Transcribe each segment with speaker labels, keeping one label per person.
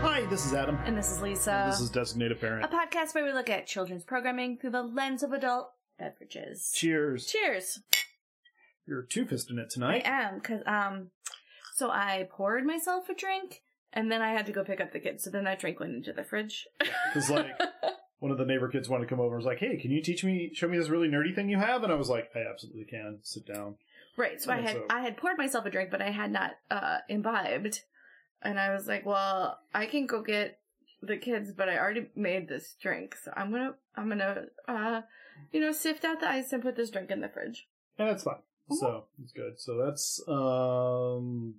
Speaker 1: Hi, this is Adam.
Speaker 2: And this is Lisa.
Speaker 1: Oh, this is Designated Parent.
Speaker 2: a podcast where we look at children's programming through the lens of adult beverages.
Speaker 1: Cheers.
Speaker 2: Cheers.
Speaker 1: You're two fisting it
Speaker 2: I
Speaker 1: tonight.
Speaker 2: am cuz um so I poured myself a drink and then I had to go pick up the kids. So then that drink went into the fridge.
Speaker 1: Because, like, one of the neighbor kids wanted to come over and was like, hey, can you teach me, show me this really nerdy thing you have? And I was like, I absolutely can. Sit down.
Speaker 2: right. So I
Speaker 1: Yeah,
Speaker 2: had
Speaker 1: so-
Speaker 2: I had poured myself a drink but I had not uh imbibed. And I was like, "Well, I can go get the kids, but I already made this drink. So I'm going to I'm going to uh you know, sift out the ice and put this drink in the fridge."
Speaker 1: And that's fine. So, it's good. So that's, um,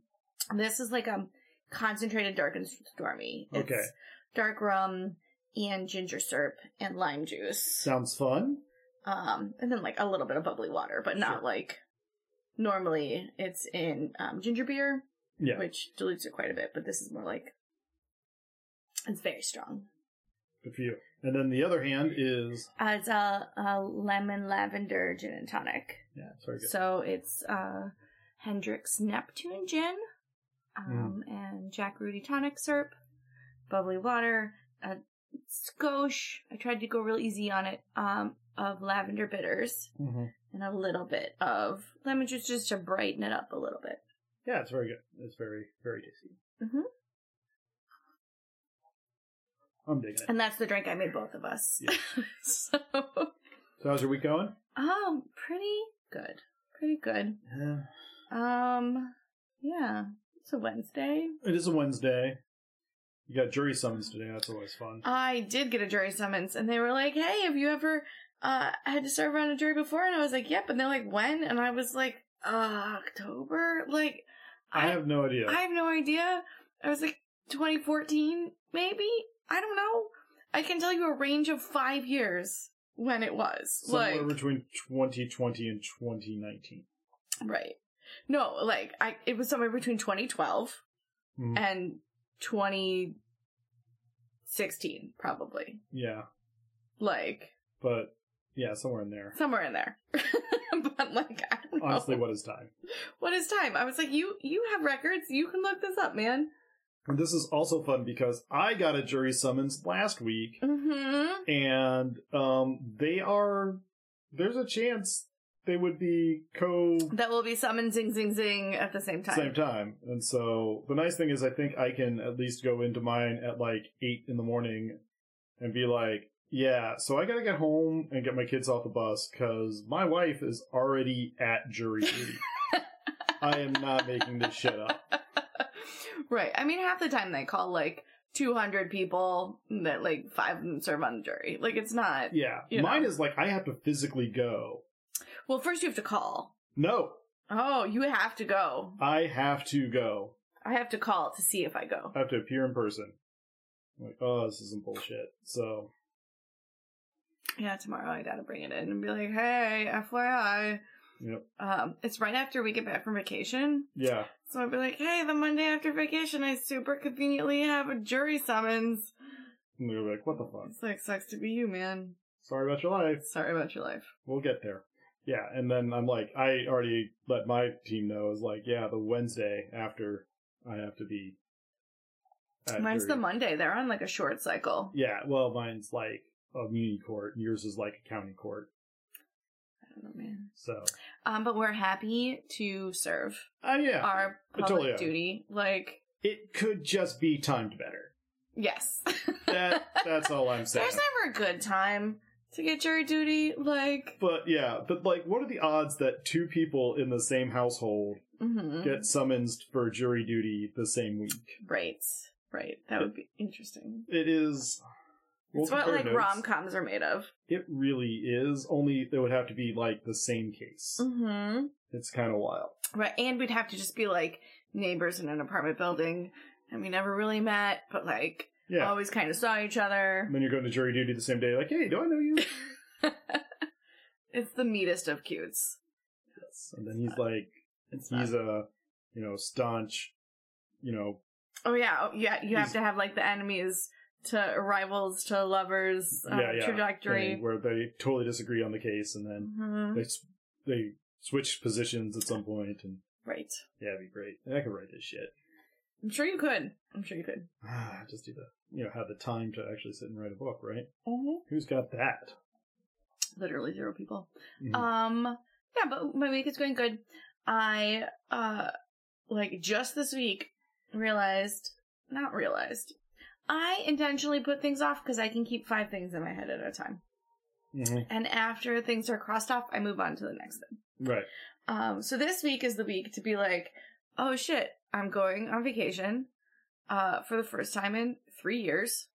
Speaker 2: This is like a concentrated dark and stormy. It's
Speaker 1: Okay.
Speaker 2: Dark rum and ginger syrup and lime juice.
Speaker 1: sounds fun.
Speaker 2: Um, and then like a little bit of bubbly water, but not
Speaker 1: Sure.
Speaker 2: like normally it's in um, ginger beer,
Speaker 1: Yeah.
Speaker 2: which dilutes it quite a bit, but this is more like it's very strong.
Speaker 1: Good for you. And then the other hand is,
Speaker 2: Uh, it's a, a lemon lavender gin and tonic.
Speaker 1: yeah, it's very good.
Speaker 2: So it's uh, Hendrix Neptune Gin, um, and Jack Rudy Tonic Syrup, bubbly water, a skosh. I tried to go real easy on it. Um, of lavender bitters
Speaker 1: hmm
Speaker 2: and a little bit of lemon juice just to brighten it up a little bit.
Speaker 1: Yeah, it's very good. It's very, very tasty.
Speaker 2: Mhm.
Speaker 1: I'm digging it.
Speaker 2: And that's the drink I made both of us.
Speaker 1: Yeah.
Speaker 2: so,
Speaker 1: So how's your week going?
Speaker 2: um, pretty good, pretty good.
Speaker 1: Yeah.
Speaker 2: Um, yeah, it's a Wednesday.
Speaker 1: It is a Wednesday. You got jury summons today. That's always fun.
Speaker 2: I did get a jury summons, and they were like, "Hey, have you ever uh had to serve on a jury before?" And I was like, "Yep." And they're like, "When?" And I was like, uh, "October." Like,
Speaker 1: I have no idea.
Speaker 2: I have no idea. I was like, "2014, maybe." I don't know. I can tell you a range of five years when it was.
Speaker 1: Somewhere
Speaker 2: like,
Speaker 1: between 2020 and 2019.
Speaker 2: right? No, like I, it was somewhere between 2012
Speaker 1: Hmm.
Speaker 2: and 2016, probably.
Speaker 1: Yeah,
Speaker 2: Like.
Speaker 1: but yeah, somewhere in there.
Speaker 2: somewhere in there. but like, I don't know.
Speaker 1: Honestly, what is time?
Speaker 2: what is time? I was like, you you have records. You can look this up, man.
Speaker 1: And this is also fun because I got a jury summons last week,
Speaker 2: Mm-hmm.
Speaker 1: and um, they are. There's a chance they would be co
Speaker 2: That will be summoned zing zing zing at the same time.
Speaker 1: same time. And so the nice thing is I think I can at least go into mine at like eight in the morning and be like, yeah, so I gotta get home and get my kids off the bus because my wife is already at jury duty. I am not making this shit up.
Speaker 2: right. I mean, half the time they call like 200 people and that like five of them serve on the jury. Like it's not.
Speaker 1: Yeah.
Speaker 2: You know.
Speaker 1: Mine is like I have to physically go.
Speaker 2: Well, first you have to call.
Speaker 1: No,
Speaker 2: Oh, you have to go.
Speaker 1: I have to go.
Speaker 2: I have to call to see if I go.
Speaker 1: I have to appear in person. I'm like, oh, this isn't bullshit. So
Speaker 2: Yeah, tomorrow I gotta bring it in and be like, hey, FYI.
Speaker 1: Yep.
Speaker 2: Um, it's right after we get back from vacation.
Speaker 1: yeah.
Speaker 2: So I'd be like, hey, the Monday after vacation, I super conveniently have a jury summons.
Speaker 1: I'm gonna be like, what the fuck?
Speaker 2: It's like, sucks to be you, man.
Speaker 1: Sorry about your life.
Speaker 2: Sorry about your life.
Speaker 1: We'll get there. Yeah, and then I'm like, I already let my team know. Is like, yeah, the Wednesday after I have to be. at
Speaker 2: Mine's
Speaker 1: your-
Speaker 2: the Monday. They're on like a short cycle.
Speaker 1: Yeah, well, mine's like a muni court. and Yours is like a county court.
Speaker 2: I don't know, man.
Speaker 1: So,
Speaker 2: Um, but we're happy to serve
Speaker 1: uh, yeah,
Speaker 2: our
Speaker 1: I
Speaker 2: public
Speaker 1: totally am.
Speaker 2: duty. Like,
Speaker 1: it could just be timed better.
Speaker 2: yes.
Speaker 1: That that's all I'm saying.
Speaker 2: There's never a good time to get jury duty. Like,
Speaker 1: But yeah, but like, what are the odds that two people in the same household
Speaker 2: mhm.
Speaker 1: get summoned for jury duty the same week?
Speaker 2: right. Right. That would be interesting.
Speaker 1: It is. we'll
Speaker 2: it's what
Speaker 1: compare
Speaker 2: like
Speaker 1: notes.
Speaker 2: rom coms are made of.
Speaker 1: It really is, only it would have to be like the same case.
Speaker 2: Mm hmm.
Speaker 1: It's kind of wild.
Speaker 2: Right, and we'd have to just be like neighbors in an apartment building, and we never really met, but like
Speaker 1: Yeah.
Speaker 2: Always kind of saw each other.
Speaker 1: and then you're going to jury duty the same day, like, hey, do I know you?
Speaker 2: it's the meanest of cutes.
Speaker 1: yes. And then he's like,
Speaker 2: It's
Speaker 1: he's
Speaker 2: not-
Speaker 1: a, you know, staunch, you know,
Speaker 2: oh yeah, oh, yeah. You have
Speaker 1: he's-
Speaker 2: to have like the enemies to rivals to lovers um,
Speaker 1: yeah, yeah,
Speaker 2: trajectory.
Speaker 1: thing where they totally disagree on the case, and then
Speaker 2: Mhm.
Speaker 1: they s- they switch positions at some point, and
Speaker 2: Right.
Speaker 1: yeah, it'd be great. I could write this shit.
Speaker 2: I'm sure you could. I'm sure you could.
Speaker 1: Just do the, you know, have the time to actually sit and write a book, right?
Speaker 2: Mm-hmm.
Speaker 1: Who's got that?
Speaker 2: Literally zero people.
Speaker 1: Mhm.
Speaker 2: Um, yeah, but my week is going good. I, uh, like just this week realized, not realized, I intentionally put things off because I can keep five things in my head at a time.
Speaker 1: Mhm.
Speaker 2: And after things are crossed off, I move on to the next thing.
Speaker 1: Right.
Speaker 2: Um, so this week is the week to be like, oh shit, I'm going on vacation, uh, for the first time in three years.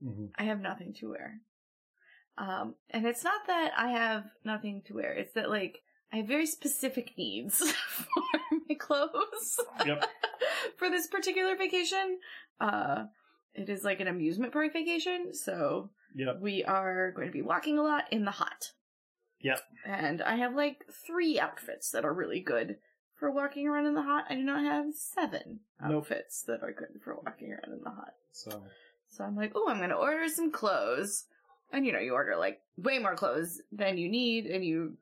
Speaker 1: hmm
Speaker 2: I have nothing to wear. Um, and it's not that I have nothing to wear. It's that like I have very specific needs for my clothes
Speaker 1: Yep.
Speaker 2: for this particular vacation. Uh, it is like an amusement park vacation, so
Speaker 1: Yep.
Speaker 2: we are going to be walking a lot in the hot.
Speaker 1: Yep.
Speaker 2: And I have like three outfits that are really good for walking around in the hot. I do not have seven
Speaker 1: Nope.
Speaker 2: outfits that are good for walking around in the hot.
Speaker 1: So
Speaker 2: So I'm like, oh, I'm gonna order some clothes. And you know, you order like way more clothes than you need and you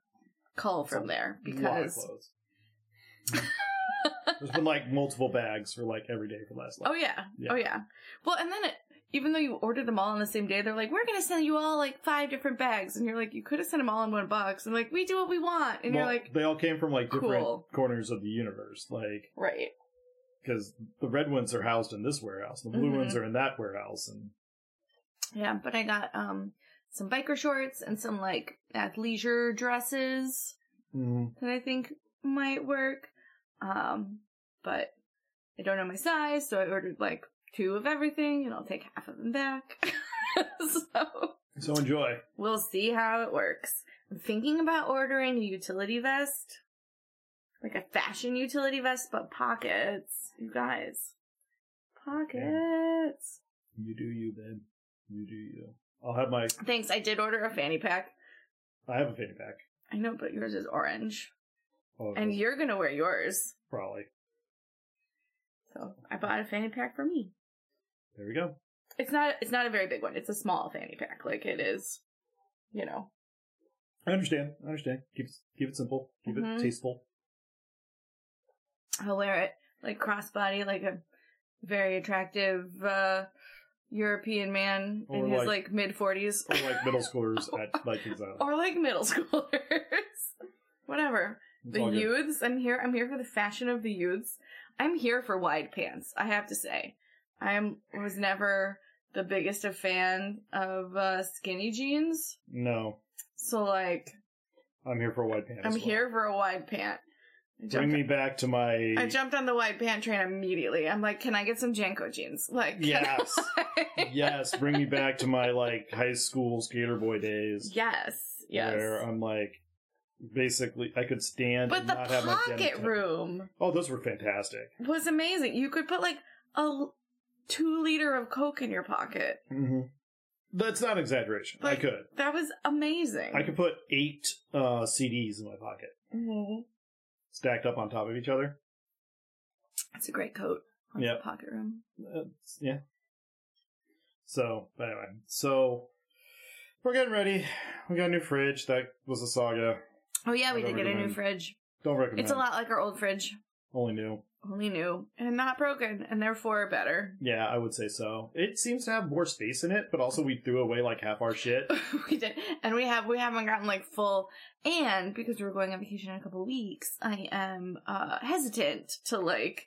Speaker 2: cull
Speaker 1: That's a
Speaker 2: from there
Speaker 1: lot of
Speaker 2: because
Speaker 1: clothes. There's been like multiple bags for like every day for the last.
Speaker 2: Oh yeah.
Speaker 1: Yeah.
Speaker 2: Oh yeah. Well and then it even though you ordered them all on the same day, they're like, We're gonna send you all like five different bags and you're like, You could have sent them all in one box and like, we do what we want and
Speaker 1: Well,
Speaker 2: you're like
Speaker 1: they all came from like different
Speaker 2: cool.
Speaker 1: corners of the universe, like
Speaker 2: Right.
Speaker 1: because the red ones are housed in this warehouse, and the blue
Speaker 2: Mhm.
Speaker 1: ones are in that warehouse, and
Speaker 2: Yeah, but I got um some biker shorts and some like athleisure dresses. that I think might work. Um, but I don't know my size, so I ordered like two of everything and I'll take half of them back. so
Speaker 1: so enjoy.
Speaker 2: we'll see how it works. I'm thinking about ordering a utility vest, like a fashion utility vest, but pockets. You guys, pockets.
Speaker 1: You do you, Ben. You do you. I'll have my.
Speaker 2: Thanks. I did order a fanny pack.
Speaker 1: I have a fanny pack.
Speaker 2: I know, but yours is orange.
Speaker 1: Oh,
Speaker 2: And you're gonna wear yours.
Speaker 1: probably
Speaker 2: So I bought a fanny pack for me.
Speaker 1: there we go.
Speaker 2: It's not it's not a very big one. It's a small fanny pack. Like it is, you know.
Speaker 1: I understand. I understand. Keep keep it simple. Keep
Speaker 2: Mhm.
Speaker 1: it tasteful.
Speaker 2: I'll wear it like crossbody, like a very attractive uh European man
Speaker 1: Or
Speaker 2: in his
Speaker 1: like-
Speaker 2: like mid forties.
Speaker 1: Or like middle schoolers at Vikings Island.
Speaker 2: Or like middle schoolers. Whatever.
Speaker 1: It's
Speaker 2: The
Speaker 1: all good.
Speaker 2: youths. I'm here I'm here for the fashion of the youths. I'm here for wide pants, I have to say. I am was never the biggest of fan of uh skinny jeans.
Speaker 1: No,
Speaker 2: So like
Speaker 1: I'm here for a white pants.
Speaker 2: I'm
Speaker 1: as well.
Speaker 2: here for a wide pant. I
Speaker 1: Bring
Speaker 2: jumped-
Speaker 1: me back to my.
Speaker 2: I jumped on the wide pant train immediately. I'm like, can I get some Janko jeans? Like, can
Speaker 1: Yes.
Speaker 2: I-
Speaker 1: yes, bring me back to my like high school skater boy days.
Speaker 2: yes, yes.
Speaker 1: Where I'm like, basically, um, I could stand.
Speaker 2: But
Speaker 1: and
Speaker 2: the
Speaker 1: not have my denim
Speaker 2: pocket
Speaker 1: tucked-
Speaker 2: room
Speaker 1: Oh, those were fantastic.
Speaker 2: was amazing. You could put like a l- two liter of Coke in your pocket.
Speaker 1: Mm-hmm. That's not exaggeration. I
Speaker 2: Like-
Speaker 1: could.
Speaker 2: That was amazing.
Speaker 1: I could put eight uh, CDs in my pocket,
Speaker 2: Mhm.
Speaker 1: stacked up on top of each other.
Speaker 2: It's a great coat. Lots
Speaker 1: Yep.
Speaker 2: of pocket room.
Speaker 1: That's- Uh, yeah. So, but anyway, so we're getting ready. We got a new fridge. That was a saga.
Speaker 2: Oh yeah,
Speaker 1: I
Speaker 2: we
Speaker 1: don't
Speaker 2: did get a new
Speaker 1: recommend-
Speaker 2: fridge.
Speaker 1: Don't recommend.
Speaker 2: It's a lot like our old fridge,
Speaker 1: Only new.
Speaker 2: only new and not broken, and therefore better.
Speaker 1: Yeah, I would say so. It seems to have more space in it, but also we threw away like half our shit.
Speaker 2: we did, and we have we haven't gotten like full. And because we're going on vacation in a couple weeks, I am uh hesitant to like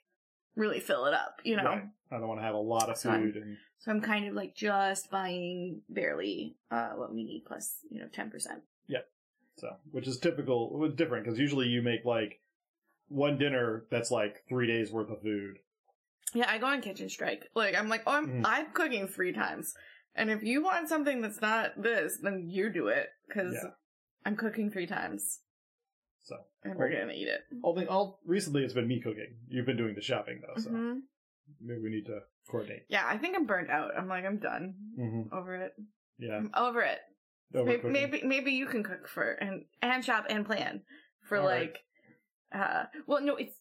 Speaker 2: really fill it up, you know.
Speaker 1: Right. I don't want to have a lot of
Speaker 2: That's fine.
Speaker 1: food. And,
Speaker 2: So I'm kind of like just buying barely uh what we need plus you know ten percent.
Speaker 1: so, which is typical, well, different because usually you make like one dinner that's like three days worth of food.
Speaker 2: Yeah, I go on kitchen strike. Like I'm like oh I'm
Speaker 1: Mhm.
Speaker 2: I'm cooking three times, and if you want something that's not this, then you do it because
Speaker 1: Yeah.
Speaker 2: I'm cooking three times
Speaker 1: So,
Speaker 2: and we're
Speaker 1: Oh.
Speaker 2: gonna eat it.
Speaker 1: all, the, all recently it's been me cooking. You've been doing the shopping though, so
Speaker 2: Mhm.
Speaker 1: Maybe we need to coordinate.
Speaker 2: Yeah, I think I'm burnt out. I'm like, I'm done.
Speaker 1: hmm
Speaker 2: Over it.
Speaker 1: Yeah.
Speaker 2: I'm over it. Mm-hmm. Maybe,
Speaker 1: Overcooking.
Speaker 2: maybe maybe you can cook for and and shop and plan for
Speaker 1: All right.
Speaker 2: like uh well no it's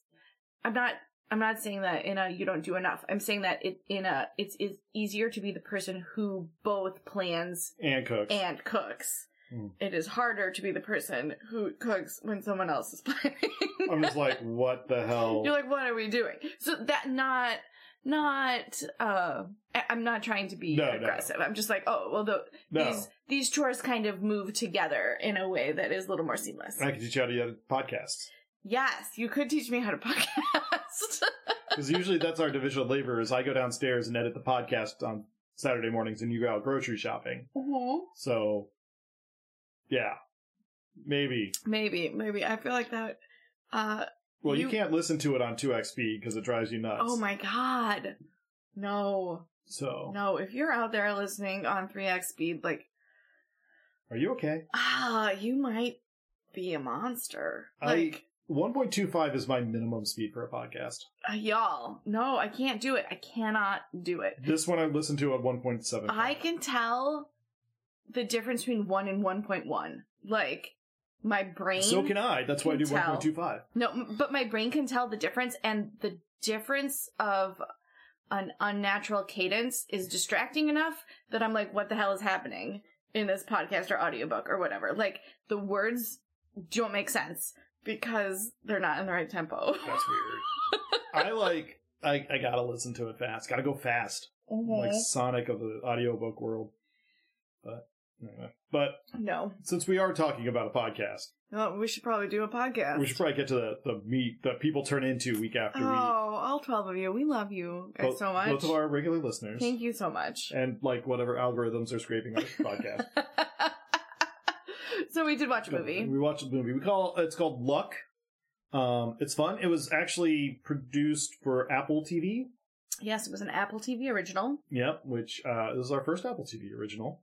Speaker 2: I'm not I'm not saying that in a you don't do enough. I'm saying that it in a it's it's easier to be the person who both plans
Speaker 1: And cooks.
Speaker 2: and cooks.
Speaker 1: Mm.
Speaker 2: It is harder to be the person who cooks when someone else is planning.
Speaker 1: I'm just like, what the hell?
Speaker 2: You're like, what are we doing? So that not not uh I- I'm not trying to be
Speaker 1: No, no.
Speaker 2: aggressive. I'm just like, oh well the
Speaker 1: no.
Speaker 2: these these chores kind of move together in a way that is a little more seamless.
Speaker 1: I could teach you how to edit podcasts.
Speaker 2: yes, you could teach me how to podcast.
Speaker 1: Because usually that's our division of labor is I go downstairs and edit the podcast on Saturday mornings and you go out grocery shopping. Mm-hmm. So, yeah. Maybe.
Speaker 2: Maybe, maybe I feel like that. Uh
Speaker 1: Well, you,
Speaker 2: You-
Speaker 1: can't listen to it on 2x speed because it drives you nuts.
Speaker 2: oh my god, no,
Speaker 1: So,
Speaker 2: no! If you're out there listening on 3x speed, like
Speaker 1: are you okay?
Speaker 2: ah, you might be a monster.
Speaker 1: I-
Speaker 2: Like
Speaker 1: 1.25 is my minimum speed for a podcast.
Speaker 2: uh, y'all, no, I can't do it. I cannot do it.
Speaker 1: This one I listened to at 1.7.
Speaker 2: I can tell the difference between one and one point one. Like my brain.
Speaker 1: So can I. That's why I do
Speaker 2: can tell.
Speaker 1: 1.25.
Speaker 2: No, m- but my brain can tell the difference, and the difference of an unnatural cadence is distracting enough that I'm like, what the hell is happening in this podcast or audiobook or whatever? Like, the words don't make sense because they're not in the right tempo.
Speaker 1: That's weird. I like, I, I gotta listen to it fast. Gotta go fast. Like
Speaker 2: Uh-huh.
Speaker 1: Sonic of the audiobook world. But, anyway. But
Speaker 2: No.
Speaker 1: since we are talking about a podcast,
Speaker 2: No, we should probably do a podcast.
Speaker 1: we should probably get to the, the meat that people turn into week after
Speaker 2: oh,
Speaker 1: week.
Speaker 2: all 12 of you. We love you guys
Speaker 1: Both-
Speaker 2: so much.
Speaker 1: Both of our regular listeners.
Speaker 2: Thank you so much.
Speaker 1: And like whatever algorithms are scraping up the podcast.
Speaker 2: so we did watch a movie.
Speaker 1: We watched a movie. We call it's called Luck. Um, it's fun. It was actually produced for Apple TV.
Speaker 2: Yes, it was an Apple TV original.
Speaker 1: Yep, which uh, this is our first Apple TV original.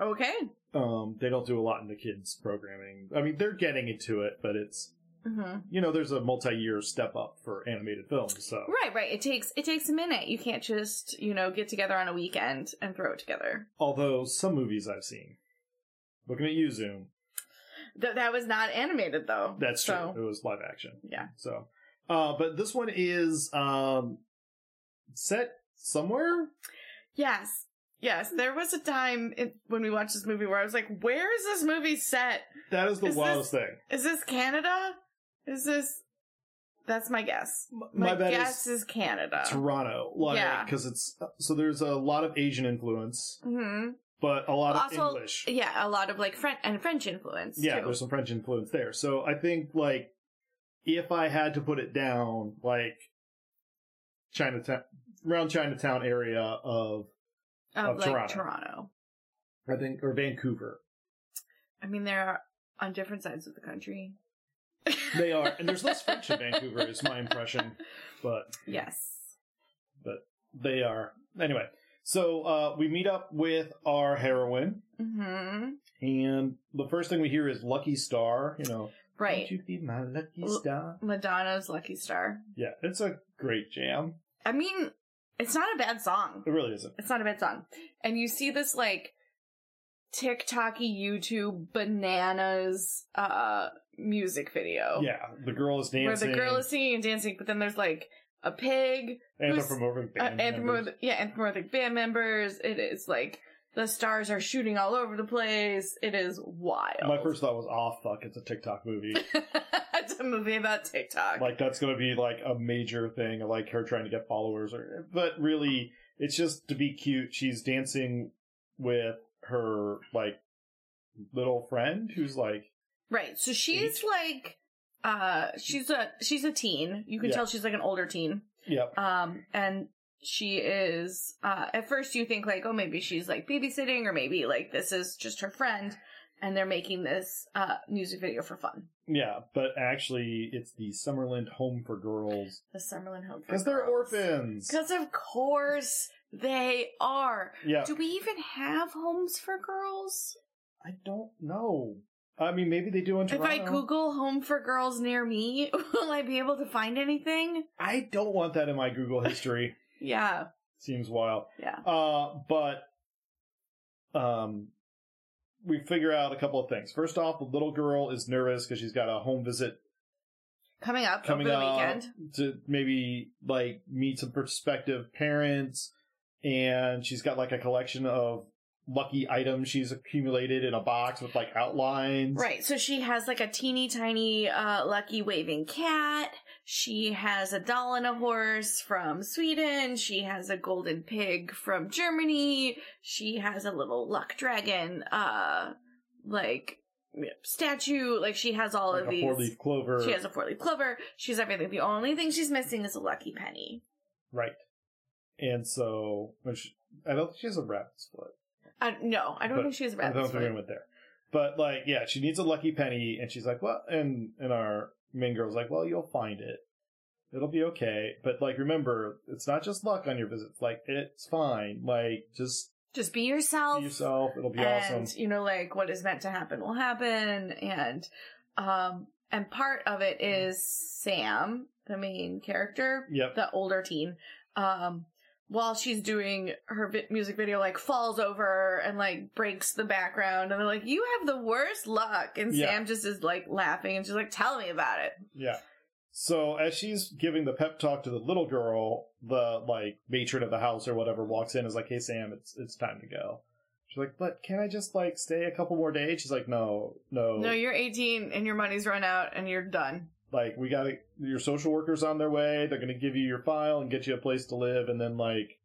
Speaker 2: Okay.
Speaker 1: Um, they don't do a lot in the kids programming. I mean, they're getting into it, but it's
Speaker 2: hmm
Speaker 1: you know, there's a multi-year step up for animated films. So
Speaker 2: Right, right. It takes it takes a minute. You can't just you know get together on a weekend and throw it together.
Speaker 1: although some movies I've seen, looking at you, Zoom,
Speaker 2: Th- that was not animated though.
Speaker 1: that's true.
Speaker 2: So,
Speaker 1: It was live action.
Speaker 2: Yeah.
Speaker 1: So, uh, but this one is um set somewhere.
Speaker 2: Yes, yes. There was a time in, when we watched this movie where I was like, "Where is this movie set?
Speaker 1: That is the
Speaker 2: Is
Speaker 1: wildest thing.
Speaker 2: Is this Canada? Is this?" That's my guess.
Speaker 1: M-
Speaker 2: My,
Speaker 1: bad
Speaker 2: guess is, Canada.
Speaker 1: Toronto, like
Speaker 2: Yeah.
Speaker 1: because it's uh, so there's a lot of Asian influence,
Speaker 2: hmm
Speaker 1: but a lot of
Speaker 2: Also,
Speaker 1: English.
Speaker 2: yeah, a lot of like French and French influence.
Speaker 1: Yeah,
Speaker 2: too.
Speaker 1: there's some French influence there. So I think like if I had to put it down, like Chinatown, around Chinatown area of
Speaker 2: of,
Speaker 1: of
Speaker 2: like
Speaker 1: Toronto.
Speaker 2: Toronto.
Speaker 1: I think or Vancouver,
Speaker 2: I mean, they're on different sides of the country.
Speaker 1: they are, and there's less French in Vancouver, is my impression, but
Speaker 2: Yes.
Speaker 1: they are anyway. So uh, we meet up with our heroine,
Speaker 2: Mm-hmm.
Speaker 1: and the first thing we hear is "Lucky Star." You know,
Speaker 2: Right.
Speaker 1: Won't you be my lucky
Speaker 2: L-
Speaker 1: star?
Speaker 2: Madonna's Lucky Star.
Speaker 1: Yeah, it's a great jam.
Speaker 2: I mean, it's not a bad song.
Speaker 1: It really isn't.
Speaker 2: It's not a bad song. And you see this like TikToky YouTube bananas uh music video.
Speaker 1: Yeah, the girl is
Speaker 2: Oh. Where
Speaker 1: dancing.
Speaker 2: the girl is singing and dancing, but then there's like a pig
Speaker 1: anthropomorphic
Speaker 2: uh,
Speaker 1: band. members.
Speaker 2: anthropomorphic, yeah, anthropomorphic band members. It is like the stars are shooting all over the place. It is wild.
Speaker 1: My first thought was, "Oh fuck, it's a TikTok movie."
Speaker 2: it's a movie about TikTok.
Speaker 1: like that's going to be like a major thing, like her trying to get followers. Or, but really, it's just to be cute. She's dancing with her like little friend who's like
Speaker 2: right. So she's like, uh, she's a she's a teen. You can
Speaker 1: Yeah.
Speaker 2: tell she's like an older teen.
Speaker 1: Yep.
Speaker 2: Um, and she is. Uh, at first you think like, oh, maybe she's like babysitting, or maybe like this is just her friend, and they're making this uh music video for fun.
Speaker 1: Yeah, but actually, it's the Summerland Home for Girls
Speaker 2: The Summerlin Home
Speaker 1: because they're
Speaker 2: Girls.
Speaker 1: orphans.
Speaker 2: Because of course they are.
Speaker 1: Yeah,
Speaker 2: Do we even have homes for girls?
Speaker 1: I don't know. I mean, maybe they do in
Speaker 2: If
Speaker 1: Toronto.
Speaker 2: I Google home for girls near me, will I be able to find anything?
Speaker 1: I don't want that in my Google history.
Speaker 2: Yeah,
Speaker 1: Seems wild.
Speaker 2: yeah.
Speaker 1: Uh, but um, we figure out a couple of things. First off, the little girl is nervous because she's got a home visit
Speaker 2: Coming up
Speaker 1: coming
Speaker 2: over the
Speaker 1: up
Speaker 2: weekend.
Speaker 1: to maybe like meet some prospective parents, and she's got like a collection of lucky items she's accumulated in a box with like outlines.
Speaker 2: Right, so she has like a teeny tiny uh, lucky waving cat. She has a doll and a horse from Sweden. She has a golden pig from Germany. She has a little luck dragon, uh, like statue. Like she has all
Speaker 1: Like
Speaker 2: of
Speaker 1: a
Speaker 2: these.
Speaker 1: four leaf clover.
Speaker 2: She has a four leaf clover. She's everything. The only thing she's missing is a lucky penny.
Speaker 1: Right. And so, which I don't think she has a rabbit's foot.
Speaker 2: I, no, I don't
Speaker 1: But
Speaker 2: think she was a
Speaker 1: I
Speaker 2: rabbit's
Speaker 1: don't think we
Speaker 2: foot.
Speaker 1: went there. But like, yeah, she needs a lucky penny, and she's like, "What?" And and our main girl's like, "Well, you'll find it. It'll be okay." But like, remember, it's not just luck on your visits. Like, it's fine. Like, just
Speaker 2: Just be
Speaker 1: be
Speaker 2: yourself.
Speaker 1: yourself. It'll be
Speaker 2: and
Speaker 1: awesome.
Speaker 2: you know, like what is meant to happen will happen. And um, and part of it is Sam, the main character,
Speaker 1: Yep.
Speaker 2: the older teen. Um, while she's doing her vi- music video, like falls over and like breaks the background, and they're like, "You have the worst luck." And
Speaker 1: Yeah.
Speaker 2: Sam just is like laughing, and she's like, "Tell me about it."
Speaker 1: Yeah. So as she's giving the pep talk to the little girl, the like matron of the house or whatever walks in and is like, "Hey Sam, it's it's time to go." She's like, "But can I just like stay a couple more days?" She's like, "No, no,
Speaker 2: No, you're 18 and your money's run out and you're done.
Speaker 1: like we got to your social workers on their way. They're going to give you your file and get you a place to live, and then like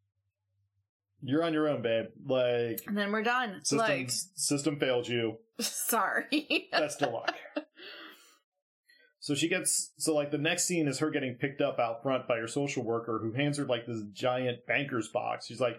Speaker 1: you're on your own, babe. Like
Speaker 2: And then we're done.
Speaker 1: system
Speaker 2: Like,
Speaker 1: system failed you.
Speaker 2: sorry.
Speaker 1: That's the luck. So she gets so like the next scene is her getting picked up out front by her social worker who hands her like this giant banker's box. She's like,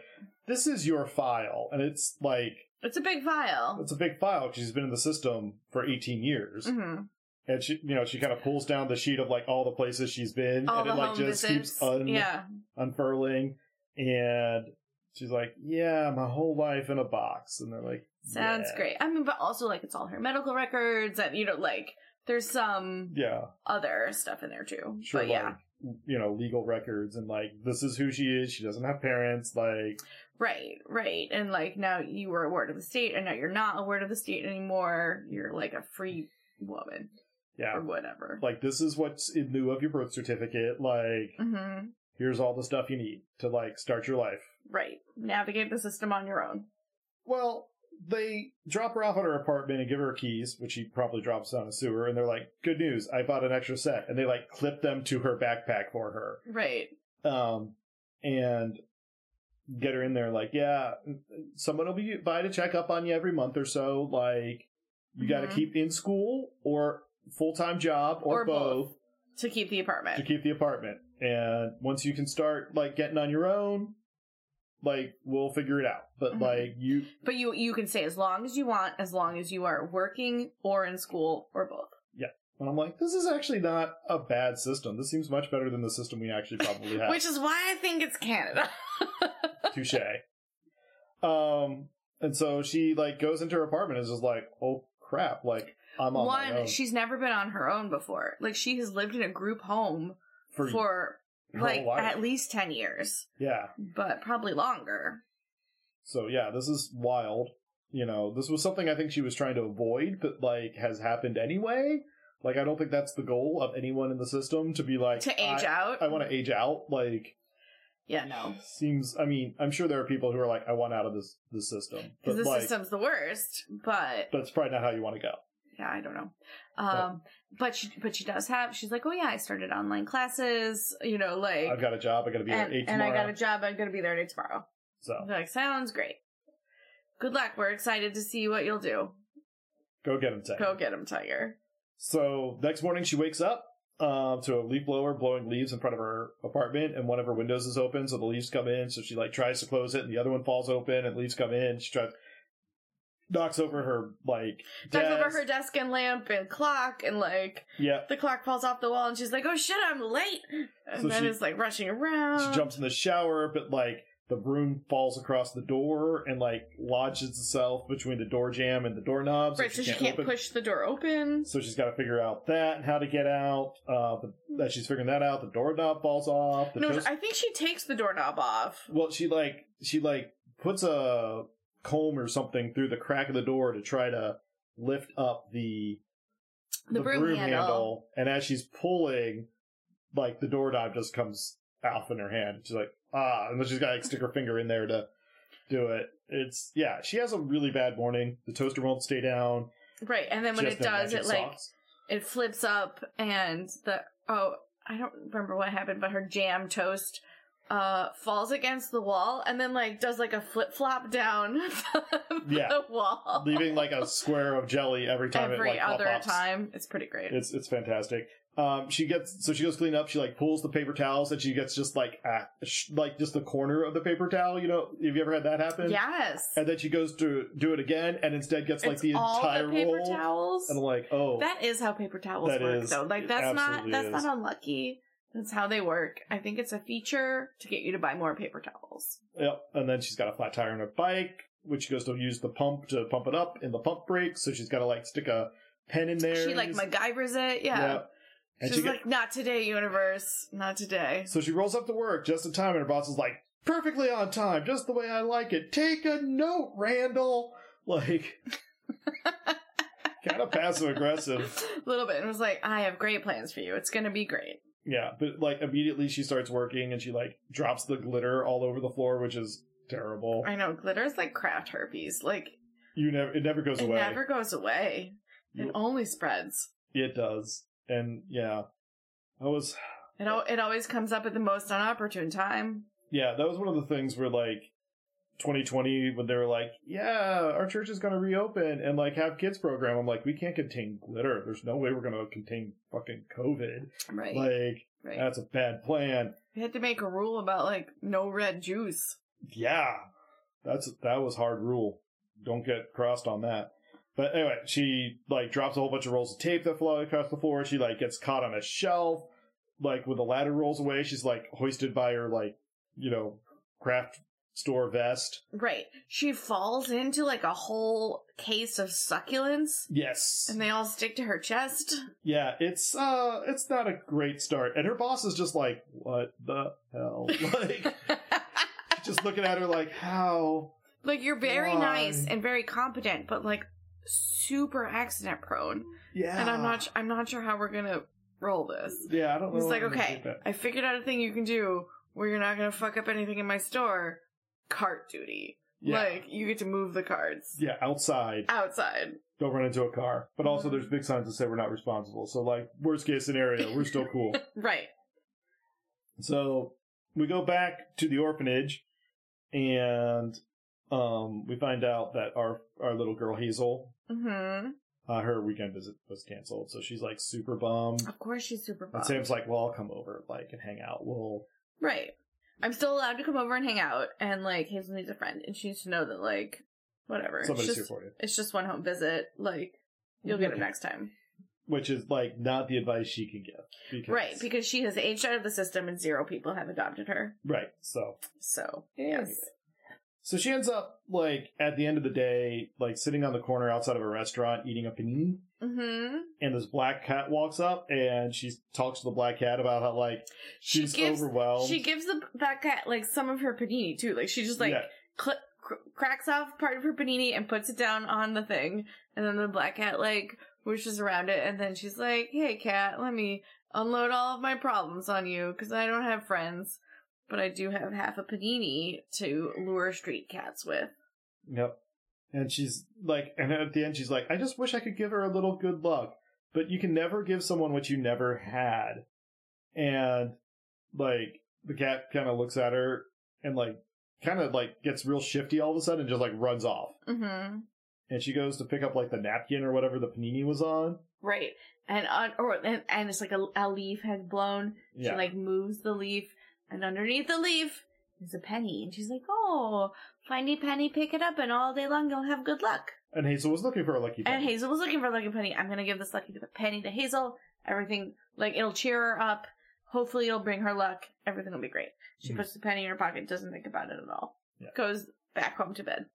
Speaker 1: "This is your file," and it's like
Speaker 2: it's a big file.
Speaker 1: it's a big file because she's been in the system for 18 years.
Speaker 2: hmm
Speaker 1: And she, you know, she kind of pulls down the sheet of like all the places she's been,
Speaker 2: All
Speaker 1: and
Speaker 2: the
Speaker 1: it like
Speaker 2: home
Speaker 1: just
Speaker 2: visits.
Speaker 1: keeps un-
Speaker 2: yeah.
Speaker 1: unfurling. And she's like, "Yeah, my whole life in a box." And they're like,
Speaker 2: Sounds
Speaker 1: "Yeah."
Speaker 2: great. I mean, but also like it's all her medical records and you know like there's some
Speaker 1: Yeah,
Speaker 2: other stuff in there too.
Speaker 1: sure.
Speaker 2: but yeah,
Speaker 1: like, you know, legal records and like this is who she is. She doesn't have parents. Like,
Speaker 2: right, right. And like now you were a ward of the state and now you're not a ward of the state anymore. You're like a free woman
Speaker 1: yeah,
Speaker 2: or whatever.
Speaker 1: like this is what's in lieu of your birth certificate. Like,
Speaker 2: hmm
Speaker 1: here's all the stuff you need to like start your life.
Speaker 2: Right. Navigate the system on your own.
Speaker 1: Well, they drop her off at her apartment and give her her keys, which she probably drops down a sewer, and they're like, "Good news, I bought an extra set," and they like clip them to her backpack for her,
Speaker 2: Right.
Speaker 1: um, and get her in there. Like, yeah, someone will be by to check up on you every month or so. Like, you got to
Speaker 2: Mhm.
Speaker 1: keep in school or full time job or,
Speaker 2: Or
Speaker 1: both,
Speaker 2: both. To keep the apartment.
Speaker 1: to keep the apartment. And once you can start like getting on your own, like we'll figure it out. But
Speaker 2: Mhm.
Speaker 1: like you,
Speaker 2: But you you can stay as long as you want, as long as you are working or in school or both.
Speaker 1: And I'm like, this is actually not a bad system. This seems much better than the system we actually probably have.
Speaker 2: Which is why I think it's Canada.
Speaker 1: Touche. Um, and so she like goes into her apartment and is just like, oh crap, like I'm on my own
Speaker 2: One, she's never been on her own before. Like she has lived in a group home
Speaker 1: for,
Speaker 2: for,
Speaker 1: her
Speaker 2: like
Speaker 1: whole life.
Speaker 2: at least ten years,
Speaker 1: yeah.
Speaker 2: but probably longer.
Speaker 1: So yeah, this is wild. You know, this was something I think she was trying to avoid, but like has happened anyway. Like I don't think that's the goal of anyone in the system to be like
Speaker 2: To age
Speaker 1: I,
Speaker 2: out.
Speaker 1: I want to age out. Like
Speaker 2: yeah, no,
Speaker 1: seems. I mean, I'm sure there are people who are like, I want out of this this system, but
Speaker 2: because the
Speaker 1: like.
Speaker 2: system's the worst. But
Speaker 1: that's probably not how you want to go.
Speaker 2: yeah, I don't know. Um, but she but she does have. She's like, oh yeah, I started online classes. You know, like
Speaker 1: I've got a job. I got to be
Speaker 2: and,
Speaker 1: at eight
Speaker 2: and
Speaker 1: tomorrow.
Speaker 2: I got a job. I'm gonna be there day tomorrow.
Speaker 1: so
Speaker 2: They're like, sounds great. Good luck. We're excited to see what you'll do.
Speaker 1: go get him, Ted.
Speaker 2: Go get him, Tiger.
Speaker 1: So next morning she wakes up um, to a leaf blower blowing leaves in front of her apartment, and one of her windows is open, so the leaves come in. So she like tries to close it, and the other one falls open, and leaves come in. She tries knocks over her like
Speaker 2: Dives over
Speaker 1: desk.
Speaker 2: her desk and lamp and clock and like
Speaker 1: yeah.
Speaker 2: the clock falls off the wall and she's like, oh shit, I'm late. And
Speaker 1: So
Speaker 2: then
Speaker 1: she-
Speaker 2: it's like rushing around.
Speaker 1: She jumps in the shower, but like the broom falls across the door and like lodges itself between the door jam and the doorknob.
Speaker 2: Right, so she can't
Speaker 1: open.
Speaker 2: push the door open.
Speaker 1: So she's got to figure out that and how to get out. Uh, the, that she's figuring that out. The doorknob falls off. The
Speaker 2: no,
Speaker 1: toast-
Speaker 2: I think she takes the doorknob off.
Speaker 1: well, she like she like puts a comb or something through the crack of the door to try to lift up the
Speaker 2: The, broom, handle.
Speaker 1: and as she's pulling, like the doorknob just comes off in her hand. She's like, ah, and then she's got to like, stick her finger in there to do it. It's yeah, she has a really bad morning. The toaster won't stay down.
Speaker 2: Right, and then when
Speaker 1: She has
Speaker 2: it
Speaker 1: no
Speaker 2: does,
Speaker 1: magic
Speaker 2: it like
Speaker 1: socks.
Speaker 2: it flips up and the oh I don't remember what happened, but her jam toast uh falls against the wall and then like does like a flip flop down the,
Speaker 1: Yeah.
Speaker 2: the wall.
Speaker 1: leaving like a square of jelly every time
Speaker 2: every
Speaker 1: it like
Speaker 2: other
Speaker 1: pop-ups.
Speaker 2: time. It's pretty great.
Speaker 1: It's it's fantastic. Um, she gets so she goes clean up. She like pulls the paper towels and she gets just like ah, sh- like just the corner of the paper towel. You know, have you ever had that happen?
Speaker 2: yes.
Speaker 1: And then she goes to do it again, and instead gets like
Speaker 2: it's
Speaker 1: the
Speaker 2: all
Speaker 1: entire
Speaker 2: the paper
Speaker 1: roll.
Speaker 2: towels.
Speaker 1: And I'm like, oh,
Speaker 2: That is how paper towels
Speaker 1: That
Speaker 2: work
Speaker 1: is-
Speaker 2: though. Like
Speaker 1: it
Speaker 2: that's not
Speaker 1: absolutely
Speaker 2: that's
Speaker 1: is.
Speaker 2: not unlucky. That's how they work. I think it's a feature to get you to buy more paper towels.
Speaker 1: yep. And then she's got a flat tire on her bike, which she goes to use the pump to pump it up, and the pump breaks, so she's got to like stick a pen in there.
Speaker 2: She like
Speaker 1: Use-
Speaker 2: MacGyver's it, yeah.
Speaker 1: Yep. And
Speaker 2: She's
Speaker 1: she
Speaker 2: like, not today, universe. Not today.
Speaker 1: So she rolls up to work just in time, and her boss is like, perfectly on time, just the way I like it. Take a note, Randall. Like, kind of passive
Speaker 2: A
Speaker 1: aggressive.
Speaker 2: little bit. And was like, I have great plans for you. It's going to be great.
Speaker 1: Yeah, but like immediately she starts working and she like drops the glitter all over the floor, which is terrible.
Speaker 2: I know glitter is like craft herpes. Like,
Speaker 1: You never, it never goes
Speaker 2: it
Speaker 1: away. Mm.
Speaker 2: never goes away. It
Speaker 1: You-
Speaker 2: only spreads.
Speaker 1: It does. And yeah, I was,
Speaker 2: It, al- it always comes up at the most unopportune time.
Speaker 1: Yeah, that was one of the things where like 2020 when they were like, yeah, our church is going to reopen and like have kids program. I'm like, we can't contain glitter. There's no way we're going to contain fucking COVID.
Speaker 2: Right.
Speaker 1: Like
Speaker 2: right.
Speaker 1: that's a bad plan.
Speaker 2: we had to make a rule about like no red juice.
Speaker 1: Yeah. That's that was hard rule. Don't get crossed on that. But anyway, she like drops a whole bunch of rolls of tape that fly across the floor. She like gets caught on a shelf. Like when the ladder rolls away, she's like hoisted by her like, you know, craft store vest.
Speaker 2: Right. She falls into like a whole case of succulents
Speaker 1: Yes.
Speaker 2: and they all stick to her chest.
Speaker 1: Yeah, it's uh it's not a great start. And her boss is just like, What the hell? Like just looking at her like, How?
Speaker 2: Like you're very
Speaker 1: Why?
Speaker 2: nice and very competent, but like super accident prone.
Speaker 1: Yeah.
Speaker 2: And I'm not sh- I'm not sure how we're gonna roll this.
Speaker 1: Yeah, I don't know.
Speaker 2: He's like,
Speaker 1: how I'm gonna
Speaker 2: okay,
Speaker 1: do that."
Speaker 2: I figured out a thing you can do where you're not gonna fuck up anything in my store. Cart duty.
Speaker 1: Yeah.
Speaker 2: Like you get to move the carts
Speaker 1: yeah, outside.
Speaker 2: outside.
Speaker 1: Don't run into a car. But also there's big signs that say we're not responsible. So like worst case scenario, we're still cool.
Speaker 2: Right.
Speaker 1: So we go back to the orphanage and um we find out that our our little girl Hazel,
Speaker 2: hmm
Speaker 1: uh, her weekend visit was canceled, so she's like super bummed.
Speaker 2: Of course she's super
Speaker 1: And
Speaker 2: bummed.
Speaker 1: Sam's like, well, I'll come over, like, and hang out. We'll,
Speaker 2: Right. I'm still allowed to come over and hang out and like Hazel needs a friend and she needs to know that like whatever. It's
Speaker 1: somebody's here
Speaker 2: just
Speaker 1: for Mm-hmm. you.
Speaker 2: it's just one home visit. Like you'll get it next time.
Speaker 1: Which is, like, not the advice she can give. Because,
Speaker 2: Right, because she has aged out of the system and zero people have adopted her.
Speaker 1: Right, so.
Speaker 2: So,
Speaker 1: Yeah.
Speaker 2: yes.
Speaker 1: So she ends up, like, at the end of the day, like, sitting on the corner outside of a restaurant eating a panini.
Speaker 2: hmm
Speaker 1: And this black cat walks up and she talks to the black cat about how, like,
Speaker 2: She
Speaker 1: she's
Speaker 2: gives
Speaker 1: overwhelmed.
Speaker 2: she gives the, that cat like some of her panini too. Like she just like
Speaker 1: Yeah.
Speaker 2: cl- cr- cracks off part of her panini and puts it down on the thing, and then the black cat like whooshes around it, and then she's like, "Hey, cat, let me unload all of my problems on you because I don't have friends." But I do have half a panini to lure street cats with.
Speaker 1: Yep. And she's like, and at the end, she's like, I just wish I could give her a little good luck, but you can never give someone what you never had. And like, the cat kind of looks at her and like, kind of like gets real shifty all of a sudden and just like runs off.
Speaker 2: Mm-hmm.
Speaker 1: And she goes to pick up like the napkin or whatever the panini was on.
Speaker 2: Right, and on, or and, and it's like a, a leaf has blown,
Speaker 1: Yeah.
Speaker 2: She like moves the leaf, and underneath the leaf is a penny. And she's like, "Oh, findy penny, pick it up, and all day long you'll have good luck."
Speaker 1: and Hazel was looking for a lucky
Speaker 2: And
Speaker 1: penny.
Speaker 2: Hazel was looking for a lucky penny. I'm gonna give this lucky penny to Hazel. Everything like it'll cheer her up. Hopefully it'll bring her luck. Everything will be great. She
Speaker 1: Mhm.
Speaker 2: puts the penny in her pocket, doesn't think about it at all.
Speaker 1: Yeah.
Speaker 2: Goes back home to bed.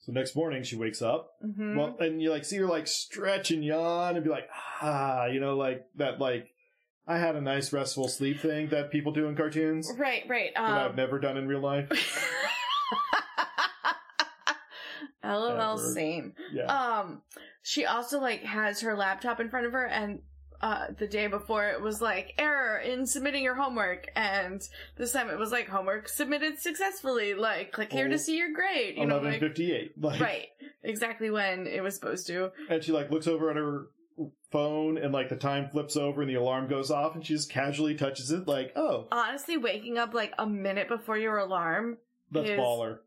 Speaker 1: So next morning she wakes up.
Speaker 2: hmm
Speaker 1: Well, and you like see her like stretch and yawn and be like, ah, you know, like that, like I had a nice restful sleep thing that people do in cartoons
Speaker 2: right, right.
Speaker 1: that I've
Speaker 2: Um,
Speaker 1: never done in real life.
Speaker 2: LOL,
Speaker 1: Ever.
Speaker 2: same.
Speaker 1: Yeah.
Speaker 2: Um, she also like has her laptop in front of her, and uh, the day before it was like error in submitting your homework, and this time it was like homework submitted successfully. Like click here
Speaker 1: Oh.
Speaker 2: to see your grade. You know,
Speaker 1: Eleven
Speaker 2: like
Speaker 1: fifty eight. Like,
Speaker 2: right, exactly when it was supposed to.
Speaker 1: And she like looks over at her phone and like the time flips over and the alarm goes off and she just casually touches it like, oh,
Speaker 2: Honestly, waking up like a minute before your alarm,
Speaker 1: that's
Speaker 2: Is-
Speaker 1: baller.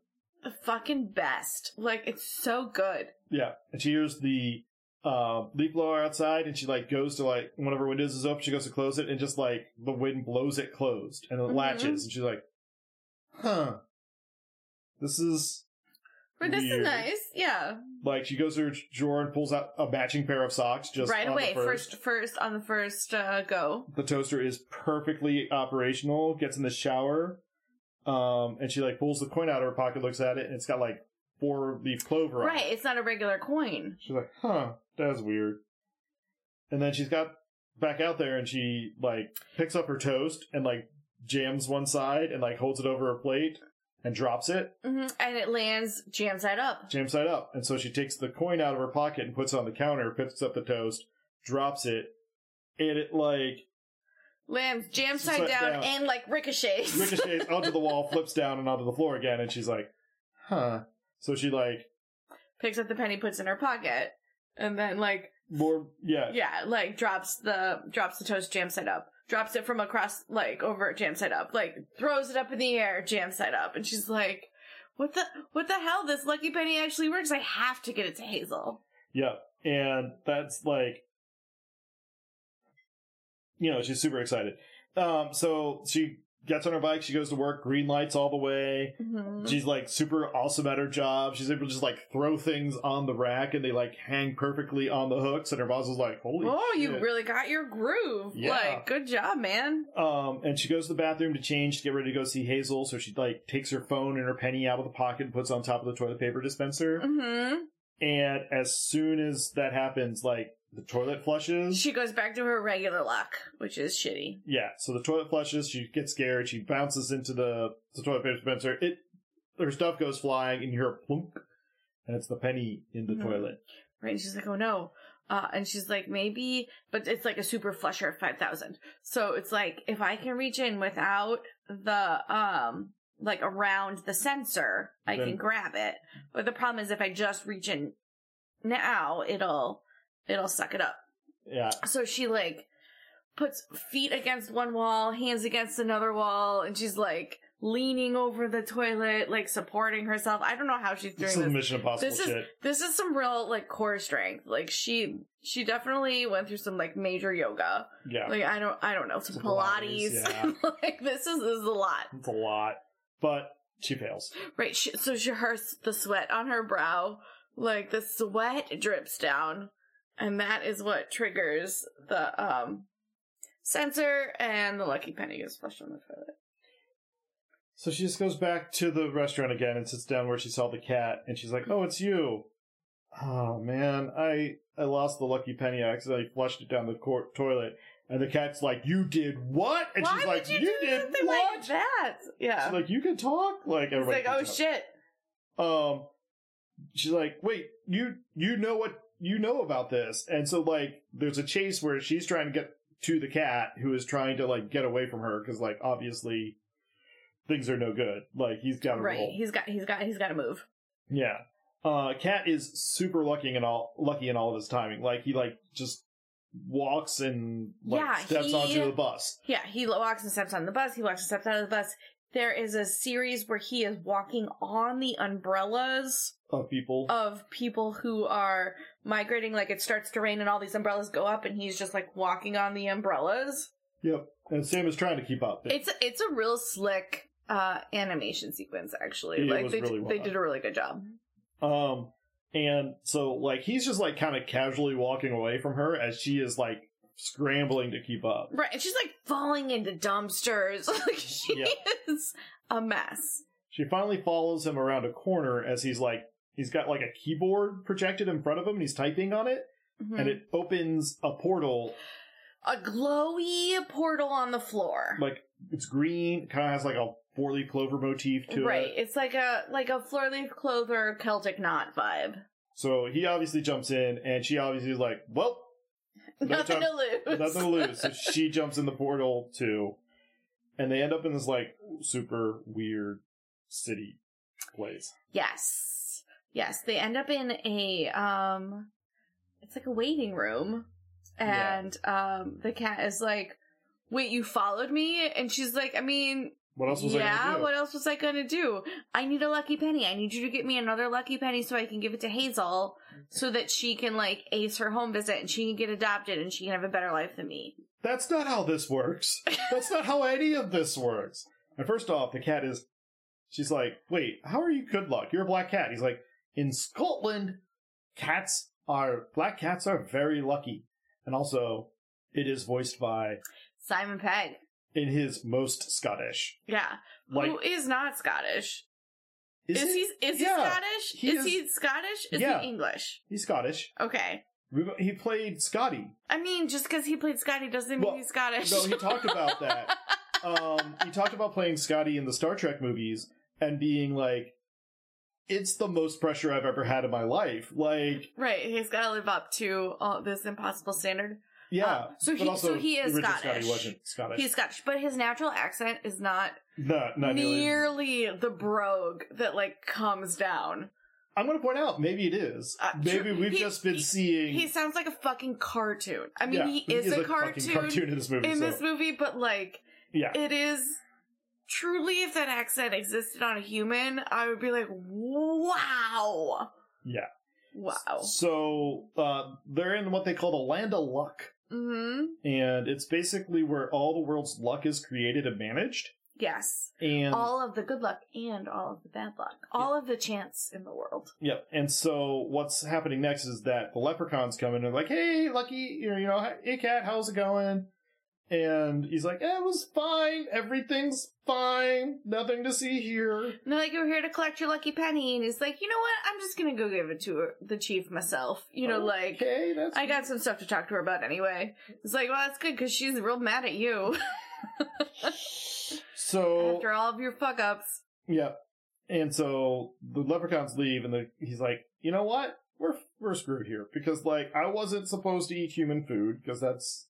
Speaker 2: the fucking best. Like it's so good.
Speaker 1: Yeah. And she hears the uh, leaf blower outside and she like goes to like one of her windows is open. She goes to close it and just like the wind blows it closed and it
Speaker 2: Mhm.
Speaker 1: latches. And she's like, huh, this is
Speaker 2: But this
Speaker 1: Weird.
Speaker 2: is nice, yeah.
Speaker 1: like she goes to her drawer and pulls out a matching pair of socks just
Speaker 2: right
Speaker 1: on
Speaker 2: away,
Speaker 1: the first.
Speaker 2: first, first on the first uh, go.
Speaker 1: The toaster is perfectly operational, gets in the shower. Um, and she like pulls the coin out of her pocket, looks at it, and it's got like four leaf clover on it.
Speaker 2: Right, it's not a regular coin.
Speaker 1: She's like, huh, that's weird. And then she's got back out there and she like picks up her toast and like jams one side and like holds it over her plate and drops it
Speaker 2: hmm And it lands jam side up.
Speaker 1: jam side up. And so she takes the coin out of her pocket and puts it on the counter, picks up the toast, drops it, and it like
Speaker 2: Lands jam side
Speaker 1: Side
Speaker 2: down,
Speaker 1: down.
Speaker 2: and like ricochets.
Speaker 1: ricochets onto the wall, flips down and onto the floor again. And she's like, huh. So she like
Speaker 2: Picks up the penny, puts it in her pocket, and then like
Speaker 1: more, yeah,
Speaker 2: yeah, like drops the drops the toast jam side up. Drops it from across like over jam side up. Like throws it up in the air, jam side up, and she's like, "What the what the hell? This lucky penny actually works. I have to get it to Hazel."
Speaker 1: Yep. And that's like, you know, she's super excited. Um, so she gets on her bike, she goes to work, green lights all the way.
Speaker 2: Mhm.
Speaker 1: She's like super awesome at her job. She's able to just like throw things on the rack and they like hang perfectly on the hooks. And her boss is like, holy
Speaker 2: Oh, you
Speaker 1: shit.
Speaker 2: really got your groove.
Speaker 1: Yeah.
Speaker 2: Like, good job, man.
Speaker 1: Um, and she goes to the bathroom to change to get ready to go see Hazel. So she like takes her phone and her penny out of the pocket and puts it on top of the toilet paper dispenser.
Speaker 2: hmm
Speaker 1: And as soon as that happens, like the toilet flushes.
Speaker 2: She goes back to her regular luck, which is shitty.
Speaker 1: Yeah, so the toilet flushes, she gets scared, she bounces into the, the toilet paper dispenser, it her stuff goes flying and you hear a plunk and it's the penny in the
Speaker 2: Mhm.
Speaker 1: toilet.
Speaker 2: Right? And she's like, oh no. Uh, and she's like, maybe, but it's like a super flusher at 5,000. So it's like, if I can reach in without the, um, like around the sensor, I
Speaker 1: Then-
Speaker 2: can grab it. But the problem is if I just reach in now, it'll, it'll suck it up.
Speaker 1: Yeah.
Speaker 2: So she like puts feet against one wall, hands against another wall, and she's like leaning over the toilet, like supporting herself. I don't know how she's
Speaker 1: This
Speaker 2: doing
Speaker 1: is
Speaker 2: this.
Speaker 1: mission impossible
Speaker 2: This is-
Speaker 1: shit.
Speaker 2: This is some real like core strength. Like she she definitely went through some like major yoga.
Speaker 1: yeah.
Speaker 2: Like I don't I don't know, some
Speaker 1: Some Pilates,
Speaker 2: Pilates. like this is this is a lot.
Speaker 1: it's a lot. But she fails.
Speaker 2: Right. She, so she her the sweat on her brow, like the sweat drips down, and that is what triggers the um sensor, and the lucky penny is flushed on the toilet.
Speaker 1: So she just goes back to the restaurant again and sits down where she saw the cat and she's like, Oh, it's you. Oh man, I I lost the lucky penny. I accidentally flushed it down the cor- toilet. And the cat's like, You did what? And
Speaker 2: Why
Speaker 1: she's
Speaker 2: would
Speaker 1: like,
Speaker 2: you, do
Speaker 1: did
Speaker 2: something
Speaker 1: what?
Speaker 2: like that? Yeah.
Speaker 1: She's like, you can talk. Like
Speaker 2: it's
Speaker 1: everybody.
Speaker 2: like, oh
Speaker 1: can talk.
Speaker 2: shit.
Speaker 1: Um, she's like, wait, you you know what you know about this? And so like, there's a chase where she's trying to get to the cat who is trying to like get away from her because like obviously things are no good. Like he's got a
Speaker 2: Right.
Speaker 1: roll.
Speaker 2: He's got. He's got. He's got to move.
Speaker 1: Yeah. Uh, cat is super lucky in all lucky in all of his timing. Like he like just walks and like
Speaker 2: Yeah,
Speaker 1: steps
Speaker 2: he-
Speaker 1: onto the bus.
Speaker 2: Yeah, he walks and steps on the bus. He walks and steps out of the bus. There is a series where he is walking on the umbrellas
Speaker 1: Of people.
Speaker 2: of people who are migrating. Like it starts to rain and all these umbrellas go up, and he's just like walking on the umbrellas.
Speaker 1: yep. And Sam is trying to keep up.
Speaker 2: It's it's a real slick uh animation sequence actually.
Speaker 1: It
Speaker 2: like
Speaker 1: was
Speaker 2: they
Speaker 1: really well
Speaker 2: they
Speaker 1: done.
Speaker 2: did a really good job.
Speaker 1: Um, and so like he's just like kind of casually walking away from her as she is like scrambling to keep up.
Speaker 2: Right. And she's like falling into dumpsters. like she
Speaker 1: Yeah.
Speaker 2: is a mess.
Speaker 1: She finally follows him around a corner as he's like, he's got like a keyboard projected in front of him and he's typing on it,
Speaker 2: Mhm.
Speaker 1: and it opens a portal.
Speaker 2: a glowy portal on the floor.
Speaker 1: Like, it's green, kind of has like a four leaf clover motif to
Speaker 2: right.
Speaker 1: it.
Speaker 2: It's like a like a floor leaf clover Celtic knot vibe.
Speaker 1: So he obviously jumps in, and she obviously is like, well, No
Speaker 2: Nothing
Speaker 1: time-
Speaker 2: to lose.
Speaker 1: nothing to lose. So she jumps in the portal too, and they end up in this like super weird city place.
Speaker 2: Yes. Yes. They end up in a um it's like a waiting room.
Speaker 1: Yeah.
Speaker 2: And um the cat is like, Wait, you followed me? And she's like, I mean,
Speaker 1: What else was I
Speaker 2: yeah,
Speaker 1: gonna do?
Speaker 2: what else was I gonna do? I need a lucky penny. I need you to get me another lucky penny so I can give it to Hazel so that she can like ace her home visit and she can get adopted and she can have a better life than me.
Speaker 1: That's not how this works. That's not how any of this works. And first off, the cat is. She's like, wait, how are you good luck? You're a black cat. He's like, in Scotland, cats are black cats are very lucky, and also, it is voiced by
Speaker 2: Simon Pegg.
Speaker 1: in his most Scottish.
Speaker 2: Yeah.
Speaker 1: Like,
Speaker 2: Who is not Scottish? Is,
Speaker 1: it-
Speaker 2: he is he
Speaker 1: yeah,
Speaker 2: Scottish?
Speaker 1: he
Speaker 2: is,
Speaker 1: is-
Speaker 2: he Scottish? Is
Speaker 1: Yeah.
Speaker 2: he English?
Speaker 1: He's Scottish.
Speaker 2: Okay.
Speaker 1: We- He played Scotty.
Speaker 2: I mean, just because he played Scotty doesn't mean
Speaker 1: Well,
Speaker 2: he's Scottish.
Speaker 1: No, he talked about that. Um, he talked about playing Scotty in the Star Trek movies and being like, "It's the most pressure I've ever had in my life." Like,
Speaker 2: right. He's got to live up to all this impossible standard.
Speaker 1: yeah.
Speaker 2: Uh, so he
Speaker 1: but also,
Speaker 2: so he is
Speaker 1: original
Speaker 2: Scottish.
Speaker 1: Scotty wasn't Scottish.
Speaker 2: He's Scottish, but his natural accent is not,
Speaker 1: no, not nearly.
Speaker 2: nearly the brogue that like comes down.
Speaker 1: I'm going to point out, maybe it is.
Speaker 2: Uh,
Speaker 1: maybe
Speaker 2: true.
Speaker 1: we've
Speaker 2: He-
Speaker 1: just been
Speaker 2: he-
Speaker 1: seeing.
Speaker 2: He sounds like a fucking cartoon. I mean,
Speaker 1: Yeah,
Speaker 2: he is, a,
Speaker 1: fucking
Speaker 2: cartoon,
Speaker 1: cartoon in this movie.
Speaker 2: in
Speaker 1: so,
Speaker 2: this movie, but like
Speaker 1: yeah,
Speaker 2: it is truly if that accent existed on a human, I would be like, wow.
Speaker 1: Yeah.
Speaker 2: Wow.
Speaker 1: So uh, they're in what they call the land of luck,
Speaker 2: Mm-hmm.
Speaker 1: and it's basically where all the world's luck is created and managed.
Speaker 2: Yes.
Speaker 1: And
Speaker 2: all of the good luck and all of the bad luck. All of the chance in the world.
Speaker 1: Yep. And so what's happening next is that the leprechauns come in and they're like, "Hey, Lucky, you know, you know, hey, cat, how's it going?" And he's like, eh, "It was fine. Everything's fine. Nothing to see here."
Speaker 2: And they're like, we're here to collect your lucky penny. And he's like, you know what? I'm just going to go give it to her, the chief myself. You know, like,
Speaker 1: okay, that's
Speaker 2: I got some stuff to talk to her about anyway. It's like, well, that's good because she's real mad at you
Speaker 1: so
Speaker 2: after all of your fuck ups.
Speaker 1: yep. And so the leprechauns leave, and the, he's like, "You know what? We're we're screwed here because like I wasn't supposed to eat human food because that's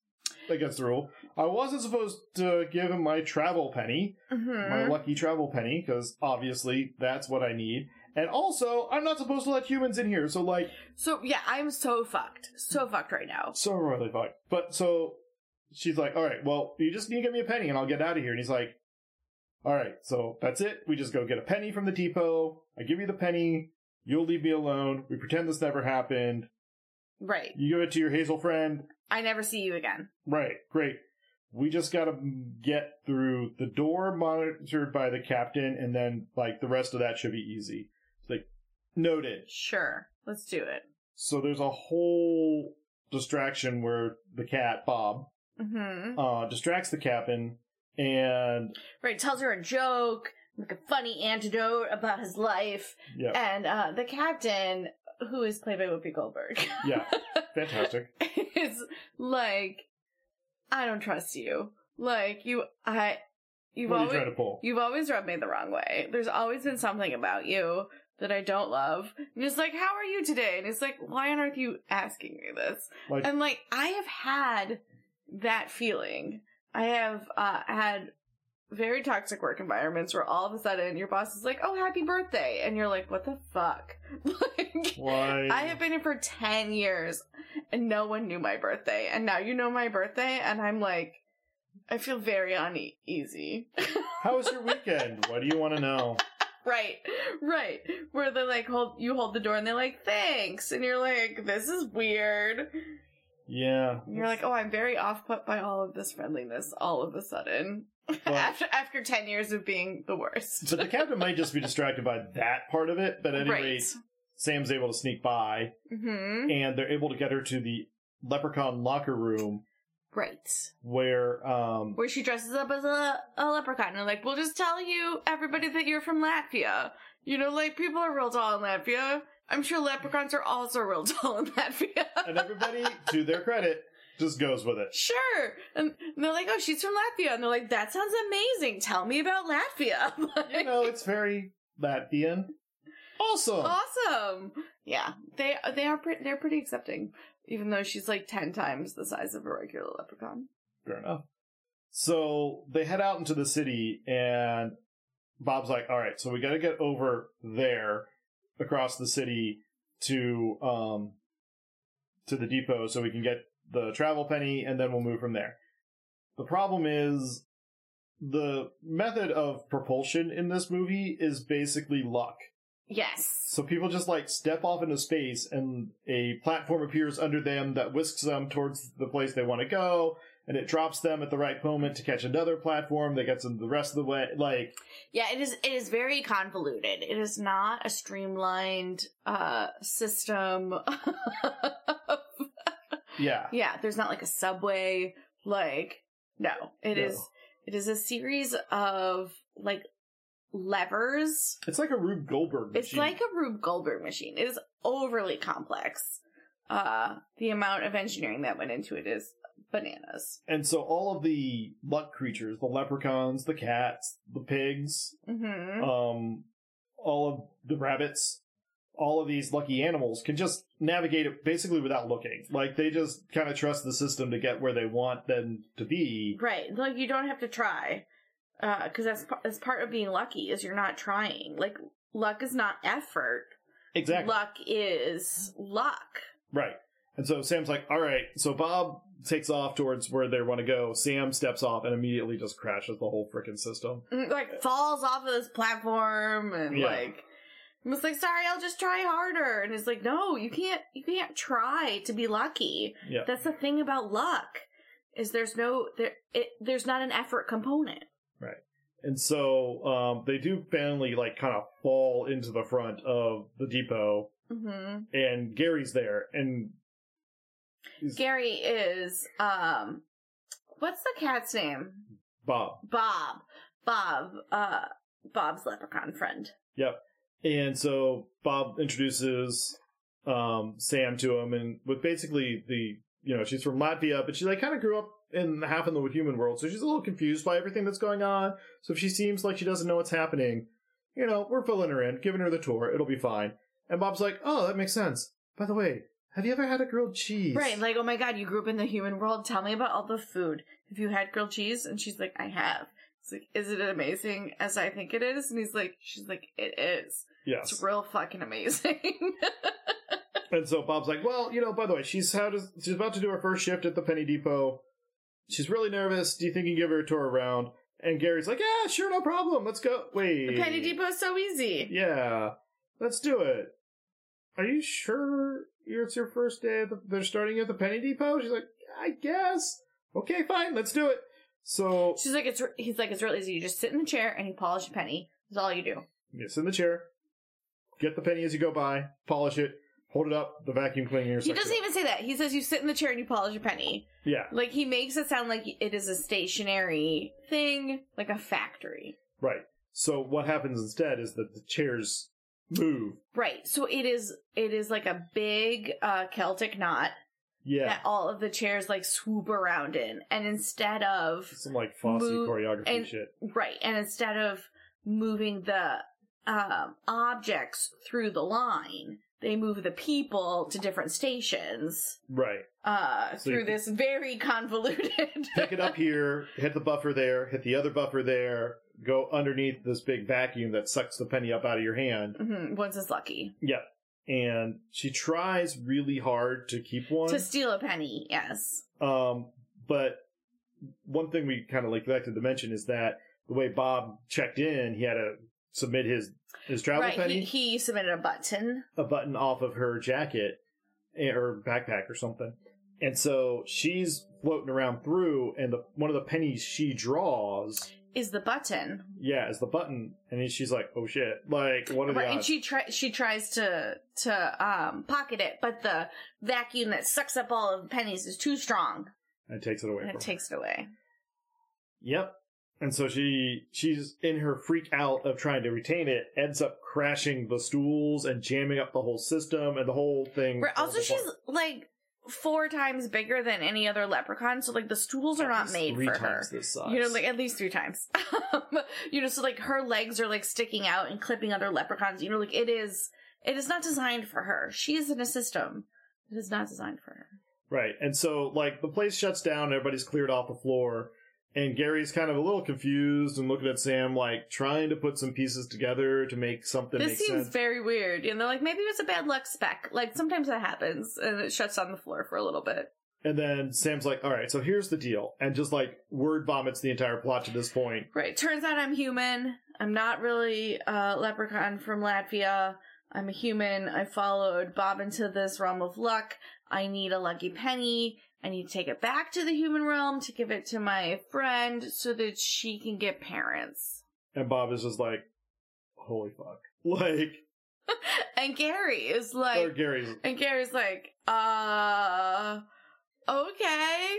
Speaker 1: against the rule. I wasn't supposed to give him my travel penny." my
Speaker 2: hmm
Speaker 1: lucky travel penny because obviously that's what I need. And also, I'm not supposed to let humans in here, so like,
Speaker 2: So, yeah, I'm so fucked. So fucked right now.
Speaker 1: so really fuck. But so she's like, all right, well, you just need to give me a penny and I'll get out of here. And he's like, all right, so that's it. We just go get a penny from the depot. I give you the penny. You'll leave me alone. We pretend this never happened.
Speaker 2: Right.
Speaker 1: You give it to your Hazel friend.
Speaker 2: I never see you again.
Speaker 1: Right, great. We just gotta get through the door monitored by the captain, and then like the rest of that should be easy. It's like noted.
Speaker 2: Sure. Let's do it.
Speaker 1: So there's a whole distraction where the cat Bob
Speaker 2: hmm
Speaker 1: uh, distracts the captain, and
Speaker 2: Right. Tells her a joke, like a funny antidote about his life.
Speaker 1: yeah,
Speaker 2: And uh, the captain, who is played by Whoopi Goldberg,
Speaker 1: yeah, fantastic.
Speaker 2: is like, I don't trust you. Like you, I, you've
Speaker 1: What are you
Speaker 2: always,
Speaker 1: trying to pull?
Speaker 2: you've always rubbed me the wrong way. There's always been something about you that I don't love. And it's like, how are you today? And it's like, why on earth are you asking me this?
Speaker 1: Like-
Speaker 2: and like, I have had that feeling. I have uh, had very toxic work environments where all of a sudden your boss is like, oh, happy birthday. And you're like, what the fuck? like,
Speaker 1: Why?
Speaker 2: I have been here for 10 years and no one knew my birthday. And now you know my birthday. And I'm like, I feel very uneasy.
Speaker 1: How was your weekend? what do you want to know?
Speaker 2: Right, right. Where they like hold you hold the door and they're like, thanks. And you're like, this is weird.
Speaker 1: Yeah,
Speaker 2: And you're like, oh, I'm very off put by all of this friendliness all of a sudden.
Speaker 1: Well-
Speaker 2: after after ten years of being the worst.
Speaker 1: but the captain might just be distracted by that part of it. But at any rate, Sam's able to sneak by.
Speaker 2: hmm
Speaker 1: and they're able to get her to the leprechaun locker room
Speaker 2: Right.
Speaker 1: where um
Speaker 2: Where she dresses up as a, a leprechaun and they're like, we'll just tell you, everybody, that you're from Latvia. You know, like, people are real tall in Latvia. I'm sure leprechauns are also real tall in Latvia.
Speaker 1: and everybody to their credit just goes with it.
Speaker 2: sure. And, and they're like, oh, she's from Latvia. And they're like, that sounds amazing. Tell me about Latvia.
Speaker 1: You know, it's very Latvian. Awesome.
Speaker 2: awesome. Yeah, they they are pre- they're pretty accepting, even though she's like ten times the size of a regular leprechaun.
Speaker 1: Fair enough. So they head out into the city, and Bob's like, "All right, so we got to get over there across the city to um to the depot so we can get the travel penny, and then we'll move from there." The problem is the method of propulsion in this movie is basically luck.
Speaker 2: Yes,
Speaker 1: So people just like step off into space and a platform appears under them that whisks them towards the place they want to go and it drops them at the right moment to catch another platform that gets them the rest of the way. Like,
Speaker 2: yeah, it is. It is very convoluted. It is not a streamlined uh system.
Speaker 1: yeah.
Speaker 2: yeah, there's not like a subway. Like no, it
Speaker 1: No.
Speaker 2: is. It is a series of like levers
Speaker 1: It's like a Rube Goldberg machine.
Speaker 2: It's like a Rube Goldberg machine. It is overly complex. Uh, the amount of engineering that went into it is bananas.
Speaker 1: and so all of the luck creatures, the leprechauns, the cats, the pigs,
Speaker 2: hmm
Speaker 1: um, all of the rabbits, all of these lucky animals can just navigate it basically without looking. Like they just kind of trust the system to get where they want them to be.
Speaker 2: Right. Like you don't have to try. Uh, cause that's, pa- that's part of being lucky is you're not trying. Like luck is not effort.
Speaker 1: Exactly.
Speaker 2: Luck is luck.
Speaker 1: Right. And so Sam's like, all right. So Bob takes off towards where they want to go. Sam steps off and immediately just crashes the whole freaking system.
Speaker 2: Mm, Like falls off of this platform and
Speaker 1: Yeah.
Speaker 2: like, and was like, sorry, I'll just try harder. And it's like, no, you can't, you can't try to be lucky.
Speaker 1: Yeah.
Speaker 2: That's the thing about luck is there's no there it, there's not an effort component.
Speaker 1: And so um, they do finally like kind of fall into the front of the depot,
Speaker 2: Mm-hmm.
Speaker 1: and Gary's there, and he's-
Speaker 2: Gary is um, what's the cat's name?
Speaker 1: Bob.
Speaker 2: Bob. Bob. Uh, Bob's leprechaun friend.
Speaker 1: And so Bob introduces um, Sam to him, and with basically the you know she's from Latvia, but she like kind of grew up in half in the human world, so she's a little confused by everything that's going on. So if she seems like she doesn't know what's happening, you know we're filling her in, giving her the tour. It'll be fine. And Bob's like, "Oh, that makes sense." By the way, have you ever had a grilled cheese?
Speaker 2: Right. Like, oh my god, you grew up in the human world. Tell me about all the food. Have you had grilled cheese? And she's like, I have. It's like, is it amazing as I think it is? And he's like, she's like, it is. It's
Speaker 1: yes.
Speaker 2: real fucking amazing.
Speaker 1: And so Bob's like, "Well, you know, by the way, she's how does she's about to do her first shift at the Penny Depot. She's really nervous. Do you think you can give her a tour around?" And Gary's like, "Yeah, sure, no problem. Let's go." Wait,
Speaker 2: the Penny Depot is so easy.
Speaker 1: Yeah, let's do it. Are you sure you're- it's your first day? At the, they're starting at the Penny Depot. She's like, "I guess." Okay, fine. Let's do it. So
Speaker 2: She's like, it's. re- He's like, it's real easy. You just sit in the chair and you polish a penny. That's all you do.
Speaker 1: you sit in the chair, get the penny as you go by, polish it, hold it up. The vacuum cleaner. sucks
Speaker 2: He
Speaker 1: it
Speaker 2: doesn't
Speaker 1: up.
Speaker 2: even say that. He says you sit in the chair and you polish a penny.
Speaker 1: Yeah.
Speaker 2: Like he makes it sound like it is a stationary thing, like a factory.
Speaker 1: Right. So what happens instead is that the chairs move.
Speaker 2: Right. So it is. It is like a big uh, Celtic knot
Speaker 1: Yeah.
Speaker 2: that all of the chairs like swoop around in, and instead of
Speaker 1: Some like Fosse
Speaker 2: Move-
Speaker 1: choreography
Speaker 2: and-
Speaker 1: shit.
Speaker 2: right, and instead of moving the um, objects through the line, they move the people to different stations.
Speaker 1: Right.
Speaker 2: uh,
Speaker 1: So you
Speaker 2: through
Speaker 1: can-
Speaker 2: this very convoluted.
Speaker 1: Pick it up here, hit the buffer there, hit the other buffer there, go underneath this big vacuum that sucks the penny up out of your hand.
Speaker 2: Mhm, Once it's lucky
Speaker 1: And she tries really hard to keep one.
Speaker 2: to steal a penny, yes.
Speaker 1: Um, but one thing we kind of neglected to mention is that the way Bob checked in, he had to submit his his travel
Speaker 2: Right,
Speaker 1: penny.
Speaker 2: he, he submitted a button.
Speaker 1: a button off of her jacket eh, or backpack or something. And so she's floating around through, and the, one of the pennies she draws,
Speaker 2: Is the button
Speaker 1: yeah, is the button. And then she's like, "Oh shit!" Like, what are the
Speaker 2: right? And
Speaker 1: odds?
Speaker 2: she try she tries to to um pocket it, but the vacuum that sucks up all of the pennies is too strong.
Speaker 1: and takes it away
Speaker 2: and
Speaker 1: from
Speaker 2: it
Speaker 1: her.
Speaker 2: takes it away.
Speaker 1: Yep. And so she she's in her freak out of trying to retain it, ends up crashing the stools and jamming up the whole system and the whole thing.
Speaker 2: Right. Also,
Speaker 1: falls apart.
Speaker 2: she's like four times bigger than any other leprechaun, so like the stools are
Speaker 1: At
Speaker 2: not
Speaker 1: least
Speaker 2: made
Speaker 1: three
Speaker 2: for her.
Speaker 1: times This size.
Speaker 2: You know, like at least three times. Um, you know, so like her legs are like sticking out and clipping other leprechauns. You know, like it is. It is not designed for her. She is in a system that is not designed for her.
Speaker 1: Right. And so, like, the place shuts down, everybody's cleared off the floor, and Gary's kind of a little confused and looking at Sam, like, trying to put some pieces together to make something make
Speaker 2: this seems
Speaker 1: sense.
Speaker 2: very weird. And they're like, maybe it was a bad luck spec. Like sometimes that happens, and it shuts on the floor for a little bit.
Speaker 1: and then Sam's like, all right, so here's the deal. And just, like, word vomits the entire plot to this point.
Speaker 2: Right. Turns out I'm human. I'm not really a leprechaun from Latvia. I'm a human. I followed Bob into this realm of luck. I need a lucky penny. I need to take it back to the human realm to give it to my friend so that she can get parents.
Speaker 1: And Bob is just like, holy fuck. Like,
Speaker 2: And Gary is
Speaker 1: or
Speaker 2: like,
Speaker 1: Gary's.
Speaker 2: and Gary's like, uh, okay.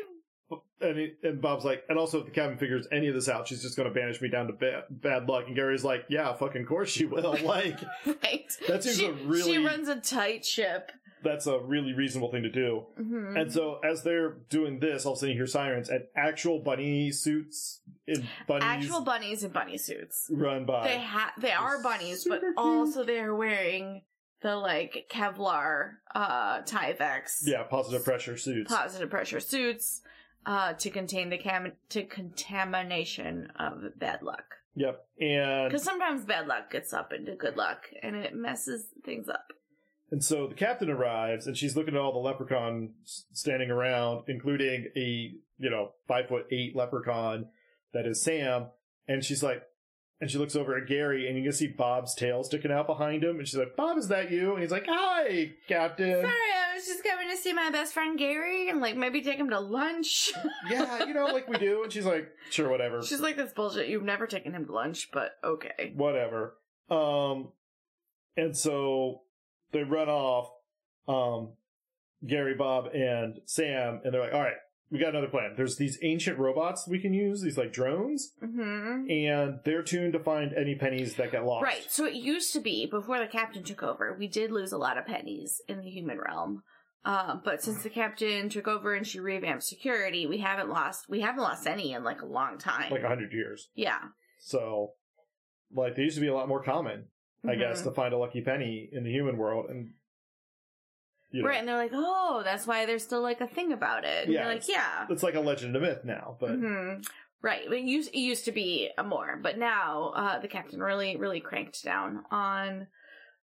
Speaker 1: And, he, and Bob's like, and also if the cabin figures any of this out, she's just going to banish me down to ba- bad luck. And Gary's like, yeah, fucking course she will. Like,
Speaker 2: Right.
Speaker 1: That seems
Speaker 2: she,
Speaker 1: a really-
Speaker 2: she runs a tight ship.
Speaker 1: that's a really reasonable thing to do.
Speaker 2: Mhm.
Speaker 1: And so as they're doing this, all of a sudden you hear sirens and actual bunny suits in bunnies
Speaker 2: Actual bunnies in bunny suits.
Speaker 1: run by.
Speaker 2: they ha- they are bunnies, but
Speaker 1: super cute.
Speaker 2: also they're wearing the like Kevlar uh Tyvex
Speaker 1: yeah, positive pressure suits.
Speaker 2: positive pressure suits uh to contain the cam- to contamination of bad luck.
Speaker 1: yep. And
Speaker 2: Cuz sometimes bad luck gets up into good luck and it messes things up.
Speaker 1: and so the captain arrives and she's looking at all the leprechaun s- standing around, including a, you know, five foot eight leprechaun that is Sam. And she's like, and she looks over at Gary and you can see Bob's tail sticking out behind him. And she's like, Bob, is that you? And he's like, hi, captain.
Speaker 2: Sorry, I was just coming to see my best friend Gary and like maybe take him to lunch.
Speaker 1: yeah, you know, like we do. And she's like, sure, whatever.
Speaker 2: She's like that's bullshit. You've never taken him to lunch, but okay.
Speaker 1: whatever. Um, and so they run off, um, Gary, Bob, and Sam, and they're like, all right, we got another plan. There's these ancient robots we can use, these like drones,
Speaker 2: Mhm.
Speaker 1: and they're tuned to find any pennies that get lost.
Speaker 2: Right. So it used to be before the captain took over, we did lose a lot of pennies in the human realm. Um, but since the captain took over and she revamped security, we haven't lost we haven't lost any in like a long time.
Speaker 1: Like a hundred years.
Speaker 2: yeah.
Speaker 1: So, like, they used to be a lot more common, I
Speaker 2: Mhm.
Speaker 1: guess, to find a lucky penny in the human world. And, you know,
Speaker 2: Right, and they're like, oh, that's why there's still like a thing about it. And
Speaker 1: Yeah,
Speaker 2: you're like, yeah.
Speaker 1: it's like a legend and a myth now, but
Speaker 2: hmm Right. It used, it used to be a more, but now uh, the captain really, really cranked down on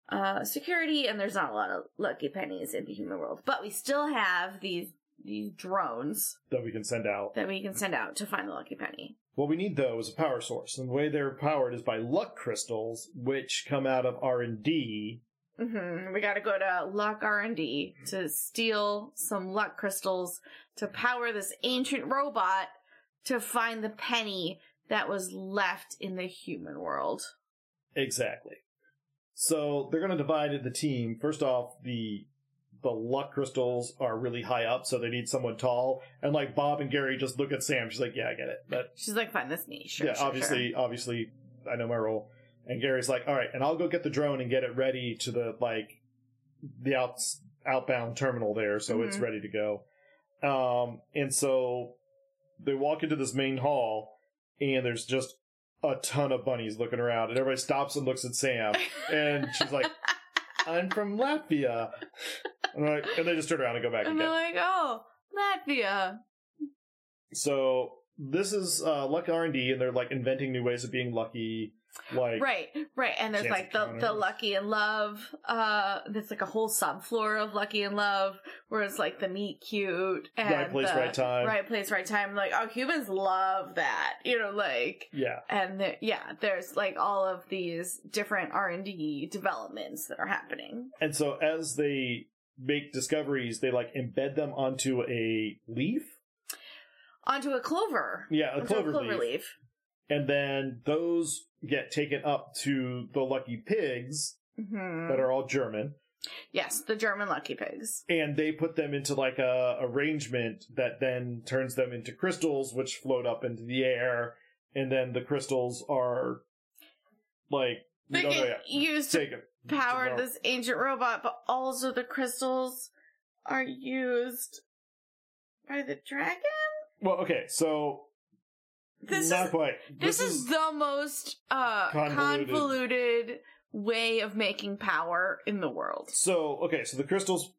Speaker 2: uh, security, and there's not a lot of lucky pennies in the human world. But we still have these these drones
Speaker 1: that we can send out.
Speaker 2: that we can send out to find the lucky penny.
Speaker 1: What we need though is a power source, and the way they're powered is by luck crystals, which come out of R and D.
Speaker 2: hmm We got to go to Luck R and D to steal some luck crystals to power this ancient robot to find the penny that was left in the human world.
Speaker 1: Exactly. So they're going to divide the team. First off, the the luck crystals are really high up, so they need someone tall. And like Bob and Gary just look at Sam. She's like, "Yeah, I get it." But
Speaker 2: She's like, find this niche. Sure,
Speaker 1: yeah,
Speaker 2: sure,
Speaker 1: obviously, obviously, I know my role. And Gary's like, "All right," and I'll go get the drone and get it ready to the like the outs outbound terminal there, so it's
Speaker 2: Mhm.
Speaker 1: ready to go. Um, and so they walk into this main hall, and there's just a ton of bunnies looking around, and everybody stops and looks at Sam,
Speaker 2: sure.
Speaker 1: and she's like, "I'm from Latvia," and, like, and they just turn around and go back
Speaker 2: and
Speaker 1: again.
Speaker 2: they're like, oh, Latvia.
Speaker 1: so this is uh, luck R and D, and they're like inventing new ways of being lucky, like
Speaker 2: right, right. And there's
Speaker 1: Chance
Speaker 2: like the, the
Speaker 1: encounters.
Speaker 2: Lucky and Love. Uh, there's like a whole subfloor of Lucky and Love, where it's like the meet cute and
Speaker 1: Right place,
Speaker 2: the
Speaker 1: right time.
Speaker 2: Right place, right time. Like, oh, humans love that. You know, like.
Speaker 1: yeah.
Speaker 2: And there, yeah, there's like all of these different R and D developments that are happening.
Speaker 1: And so as they make discoveries, they like embed them onto a leaf.
Speaker 2: Onto a clover,
Speaker 1: Yeah, a
Speaker 2: Onto
Speaker 1: clover, leaf.
Speaker 2: leaf.
Speaker 1: And then those get taken up to the lucky pigs
Speaker 2: Mhm.
Speaker 1: that are all German.
Speaker 2: Yes, the German lucky pigs.
Speaker 1: and they put them into like a arrangement that then turns them into crystals which float up into the air and then the crystals are like we
Speaker 2: They
Speaker 1: don't know
Speaker 2: get
Speaker 1: yet.
Speaker 2: used to
Speaker 1: Taken.
Speaker 2: power
Speaker 1: Tomorrow.
Speaker 2: this ancient robot, but also the crystals are used by the dragon?
Speaker 1: well okay so
Speaker 2: This
Speaker 1: not
Speaker 2: is
Speaker 1: quite
Speaker 2: this, is, the most uh
Speaker 1: Convoluted.
Speaker 2: convoluted. way of making power in the world.
Speaker 1: so okay so the crystals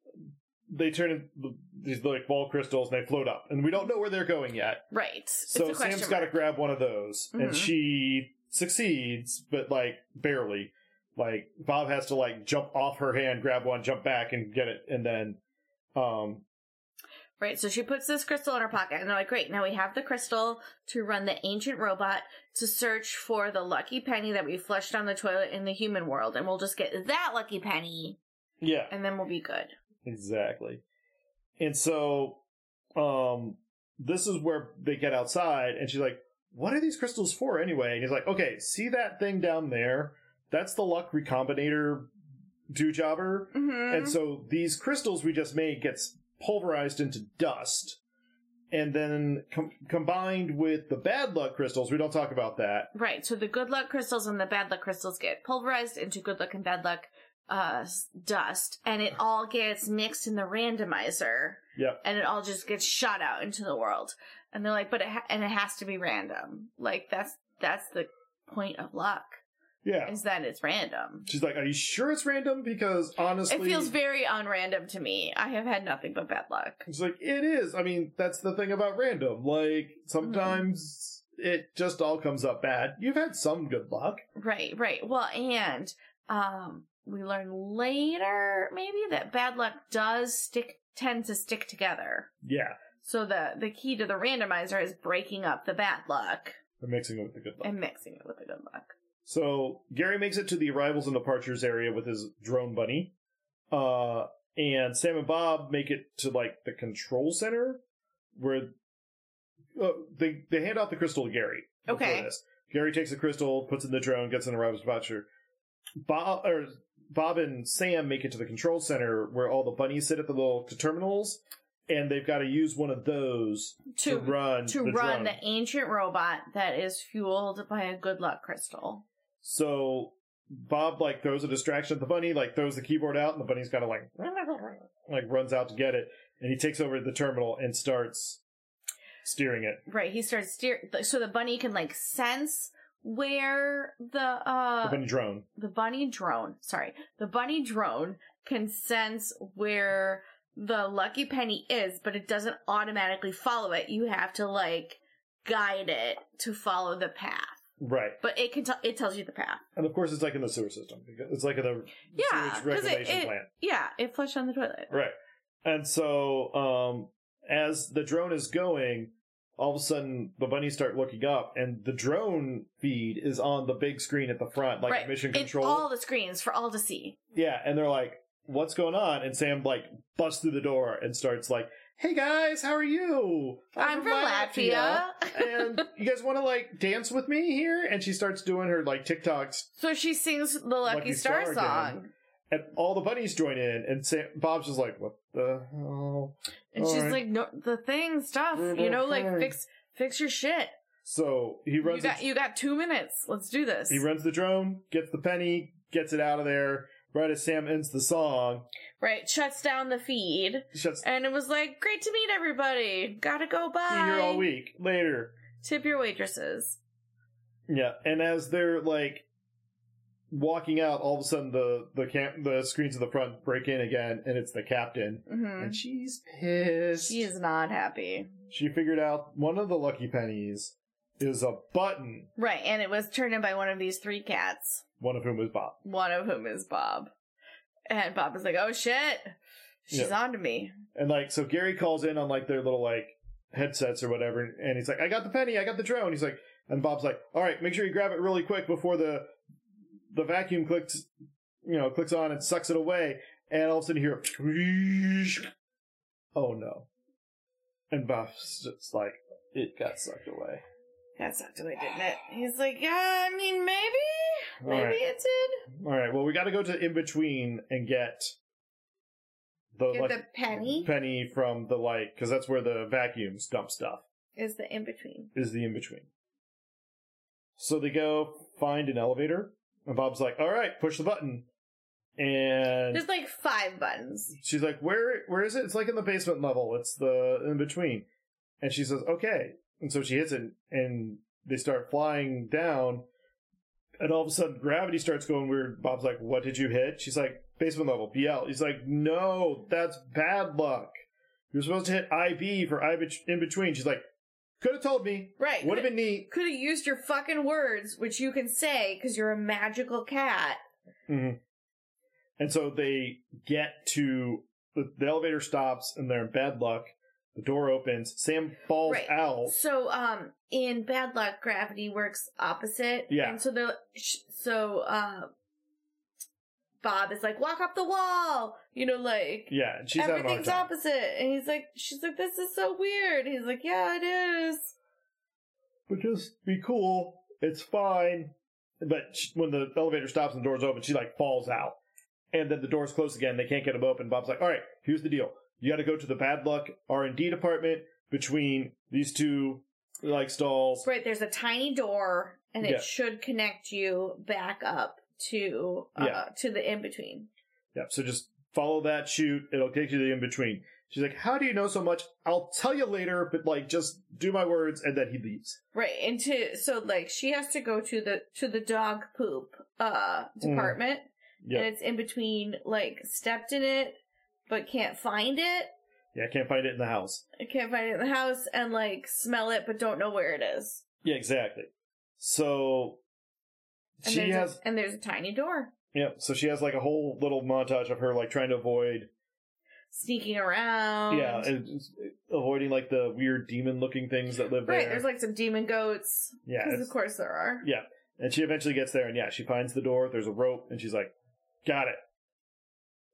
Speaker 1: they turn into these like ball crystals and they float up and we don't know where they're going yet
Speaker 2: Right.
Speaker 1: So
Speaker 2: it's a question
Speaker 1: Sam's got to
Speaker 2: mark.
Speaker 1: grab one of those, and
Speaker 2: Mhm.
Speaker 1: she succeeds, but like barely. Like Bob has to like jump off her hand, grab one, jump back, and get it, and then, um,
Speaker 2: Right, so she puts this crystal in her pocket, and they're like, great, now we have the crystal to run the ancient robot to search for the lucky penny that we flushed down the toilet in the human world, and we'll just get that lucky penny,
Speaker 1: yeah,
Speaker 2: and then we'll be good.
Speaker 1: exactly. And so, um, this is where they get outside, and she's like, "What are these crystals for anyway?" And he's like, "Okay, see that thing down there? That's the luck recombinator do jobber."
Speaker 2: Mm-hmm.
Speaker 1: And so these crystals we just made gets pulverized into dust. And then com- combined with the bad luck crystals, we don't talk about that.
Speaker 2: Right. So the good luck crystals and the bad luck crystals get pulverized into good luck and bad luck uh s- dust and it all gets mixed in the randomizer
Speaker 1: Yep.
Speaker 2: and it all just gets shot out into the world. And they're like, but it ha- and it has to be random. Like that's that's the point of luck
Speaker 1: Yeah.
Speaker 2: is that it's random.
Speaker 1: She's like, "Are you sure it's random?" Because honestly,
Speaker 2: It feels very unrandom to me. I have had nothing but bad luck.
Speaker 1: She's like, "It is." I mean, that's the thing about random. Like sometimes it just all comes up bad. You've had some good luck.
Speaker 2: Right, right. Well, and um we learn later maybe that bad luck does stick tend to stick together.
Speaker 1: Yeah,
Speaker 2: So the the key to the randomizer is breaking up the bad luck
Speaker 1: we're mixing it with the good luck.
Speaker 2: and mixing it with the good luck.
Speaker 1: So Gary makes it to the arrivals and departures area with his drone bunny. Uh, and Sam and Bob make it to like the control center where uh, they they hand out the crystal to Gary. before
Speaker 2: Okay.
Speaker 1: this. Gary takes the crystal, puts it in the drone, gets in the arrivals departure. Bob or Bob and Sam make it to the control center where all the bunnies sit at the little terminals, and they've got to use one of those to,
Speaker 2: To
Speaker 1: run
Speaker 2: to
Speaker 1: the
Speaker 2: run
Speaker 1: drone.
Speaker 2: the ancient robot that is fueled by a good luck crystal.
Speaker 1: So Bob like throws a distraction at the bunny, like throws the keyboard out, and the bunny's kind of like like runs out to get it, and he takes over the terminal and starts steering it.
Speaker 2: Right, he starts steer so the bunny can like sense where the uh
Speaker 1: The bunny drone.
Speaker 2: the bunny drone, sorry, the bunny drone can sense where the lucky penny is, but it doesn't automatically follow it. You have to like guide it to follow the path.
Speaker 1: Right,
Speaker 2: But it can tell it tells you the path.
Speaker 1: and of course it's like in the sewer system. because It's like in the
Speaker 2: Yeah,
Speaker 1: sewage
Speaker 2: 'cause it-
Speaker 1: regulation
Speaker 2: it-
Speaker 1: plant.
Speaker 2: Yeah, it flushed down the toilet.
Speaker 1: Right, and so um, as the drone is going, all of a sudden the bunnies start looking up, and the drone feed is on the big screen at the front, like
Speaker 2: right.
Speaker 1: mission
Speaker 2: It's
Speaker 1: control.
Speaker 2: all the screens for all to see.
Speaker 1: Yeah, and they're like, "What's going on?" And Sam like busts through the door and starts like, "Hey guys, how are you?
Speaker 2: I'm, from Latvia.
Speaker 1: and you guys want to like dance with me here?" And she starts doing her like TikToks,
Speaker 2: so she sings the Lucky,
Speaker 1: Lucky
Speaker 2: Star,
Speaker 1: Star
Speaker 2: song.
Speaker 1: again. and all the bunnies join in. And Sam, Bob's just like, "What the hell?"
Speaker 2: And
Speaker 1: All
Speaker 2: she's
Speaker 1: right.
Speaker 2: like, no, the thing, stuff,
Speaker 1: Mm,
Speaker 2: you know, like
Speaker 1: okay.
Speaker 2: fix, fix your shit.
Speaker 1: So he
Speaker 2: You
Speaker 1: runs.
Speaker 2: got,
Speaker 1: the,
Speaker 2: you got two minutes. Let's do this.
Speaker 1: He runs the drone, gets the penny, gets it out of there. Right as Sam ends the song,
Speaker 2: right. Shuts down the feed.
Speaker 1: shuts.
Speaker 2: And it was like, great to meet everybody. Gotta go.
Speaker 1: See you
Speaker 2: Bye.
Speaker 1: here all week. Later.
Speaker 2: Tip your waitresses.
Speaker 1: Yeah, and as they're like walking out, all of a sudden the the cam- the screens at the front break in again, and it's the captain,
Speaker 2: hmm
Speaker 1: and she's pissed.
Speaker 2: She is not happy.
Speaker 1: She figured out one of the lucky pennies is a button,
Speaker 2: Right. And it was turned in by one of these three cats.
Speaker 1: one of whom is Bob.
Speaker 2: one of whom is Bob. And Bob is like, oh shit, she's
Speaker 1: Yeah.
Speaker 2: on to me.
Speaker 1: And like, so Gary calls in on like their little like headsets or whatever, and he's like, "I got the penny, I got the drone." He's like, and Bob's like, "All right, make sure you grab it really quick before the the vacuum clicks, you know, clicks on and sucks it away." And all of a sudden, you hear, "Oh no!" And Bob's just like, "It got sucked away."
Speaker 2: That sucked away, didn't it? He's like, yeah, I mean, maybe,
Speaker 1: All
Speaker 2: maybe
Speaker 1: right,
Speaker 2: it did.
Speaker 1: all right. Well, we got to go to in between and get The
Speaker 2: Get
Speaker 1: like
Speaker 2: the penny
Speaker 1: penny from the like because that's where the vacuums dump stuff
Speaker 2: is the in between.
Speaker 1: is the in between. So they go find an elevator, and Bob's like, "All right, push the button," and
Speaker 2: There's like five buttons.
Speaker 1: she's like, "Where? Where is it? It's like in the basement level. It's the in between." And she says, "Okay," and so she hits it, and they start flying down. And all of a sudden, gravity starts going weird. Bob's like, "What did you hit?" She's like, "Basement level, BL." He's like, "No, that's bad luck. You're supposed to hit IB for I bet- in between." She's like, "Could have told me.
Speaker 2: Right.
Speaker 1: Would have been neat."
Speaker 2: could have used your fucking words, which you can say because you're a magical cat.
Speaker 1: mm-hmm. And so they get to the, the elevator stops and they're in bad luck. The door opens. Sam falls
Speaker 2: Right.
Speaker 1: out.
Speaker 2: So, um, in Bad Luck, gravity works opposite.
Speaker 1: Yeah.
Speaker 2: And so they're, sh- so, uh, Bob is like, walk up the wall, you know, like,
Speaker 1: Yeah, and she's having a hard
Speaker 2: everything's
Speaker 1: time.
Speaker 2: opposite. And he's like, she's like, this is so weird. He's like, yeah, it is.
Speaker 1: But just be cool. It's fine. But sh when the elevator stops and the doors open, she like falls out. And then the doors close again. They can't get them open. Bob's like, "All right, here's the deal. You got to go to the bad luck R and D department between these two like stalls."
Speaker 2: Right. There's a tiny door and it
Speaker 1: Yeah.
Speaker 2: should connect you back up to, uh,
Speaker 1: Yeah.
Speaker 2: to the in between.
Speaker 1: Yep. So just follow that shoot. It'll take you to the in between. She's like, "How do you know so much? I'll tell you later, but like, just do my words." And then he leaves.
Speaker 2: Right, and to so like she has to go to the to the dog poop uh department,
Speaker 1: Mm. Yeah.
Speaker 2: and it's in between like stepped in it, but can't find it.
Speaker 1: Yeah. I can't find it in the house.
Speaker 2: Can't find it in the house, and like smell it, but don't know where it is.
Speaker 1: Yeah. Exactly. So
Speaker 2: And
Speaker 1: she
Speaker 2: there's a-
Speaker 1: has.
Speaker 2: and there's a tiny door
Speaker 1: yeah. So she has like a whole little montage of her like trying to avoid.
Speaker 2: sneaking around.
Speaker 1: yeah. And just avoiding like the weird demon looking things that live
Speaker 2: right.
Speaker 1: there.
Speaker 2: There's like some demon goats,
Speaker 1: yeah.
Speaker 2: because
Speaker 1: it's-
Speaker 2: of course there are.
Speaker 1: Yeah. And she eventually gets there and yeah, she finds the door, there's a rope, and she's like, Got it.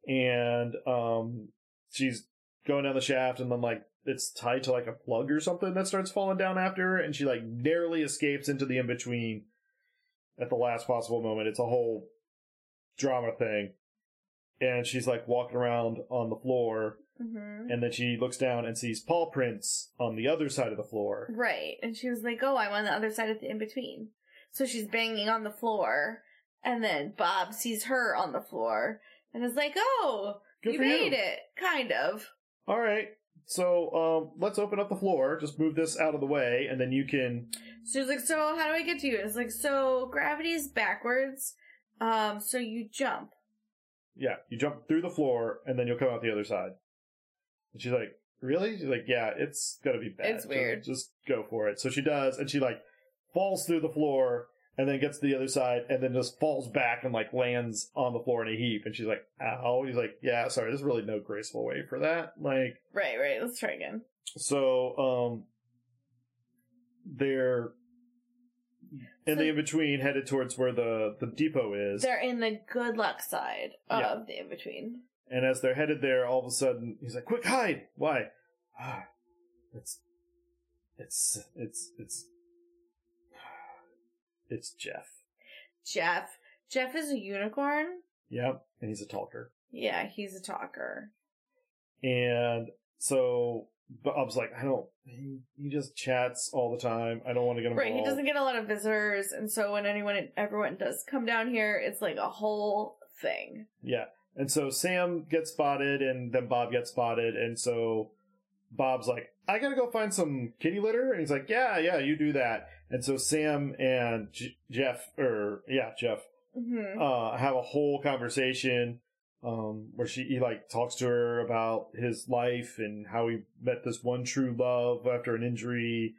Speaker 1: And um she's going down the shaft and then like it's tied to like a plug or something that starts falling down after her, and she like narrowly escapes into the in between at the last possible moment. It's a whole drama thing. And she's like walking around on the floor,
Speaker 2: hmm
Speaker 1: and then she looks down and sees paw prints on the other side of the floor.
Speaker 2: Right. And she was like, Oh, I'm on the other side of the in between. So she's banging on the floor. And then Bob sees her on the floor and is like, Oh,
Speaker 1: Good
Speaker 2: you
Speaker 1: for
Speaker 2: made
Speaker 1: you.
Speaker 2: it. Kind of.
Speaker 1: All right. So um, let's open up the floor. Just move this out of the way, and then you can.
Speaker 2: So she's like, So how do I get to you? And it's like, So gravity is backwards. Um, so you jump.
Speaker 1: Yeah, you jump through the floor, and then you'll come out the other side. And she's like, "Really?" She's like, "Yeah, it's gonna be bad.
Speaker 2: It's weird.
Speaker 1: Just, just go for it." So she does, and she like falls through the floor, and then gets to the other side, and then just falls back and like lands on the floor in a heap. And she's like, "Ow!" He's like, "Yeah, sorry. There's really no graceful way for that." Like,
Speaker 2: Right, right. Let's try again.
Speaker 1: So, um, they're in
Speaker 2: So-
Speaker 1: the in between, headed towards where the the depot is.
Speaker 2: They're in the good luck side of
Speaker 1: Yeah.
Speaker 2: the in between.
Speaker 1: And as they're headed there, all of a sudden, he's like, "Quick, hide! Why? Ah, it's, it's, it's, it's, it's Jeff.
Speaker 2: Jeff. Jeff is a unicorn.
Speaker 1: Yep, and he's a talker.
Speaker 2: Yeah, he's a talker.
Speaker 1: And so Bob's like, I don't. He, he just chats all the time. I don't want to get him.
Speaker 2: Right, he doesn't get a lot of visitors, and so when anyone, everyone does come down here, it's like a whole thing.
Speaker 1: Yeah. And so Sam gets spotted and then Bob gets spotted. And so Bob's like, I gotta go find some kitty litter. And he's like, yeah, yeah, you do that. And so Sam and J- Jeff, or yeah, Jeff,
Speaker 2: hmm
Speaker 1: uh, have a whole conversation, um, where she, he like talks to her about his life and how he met this one true love after an injury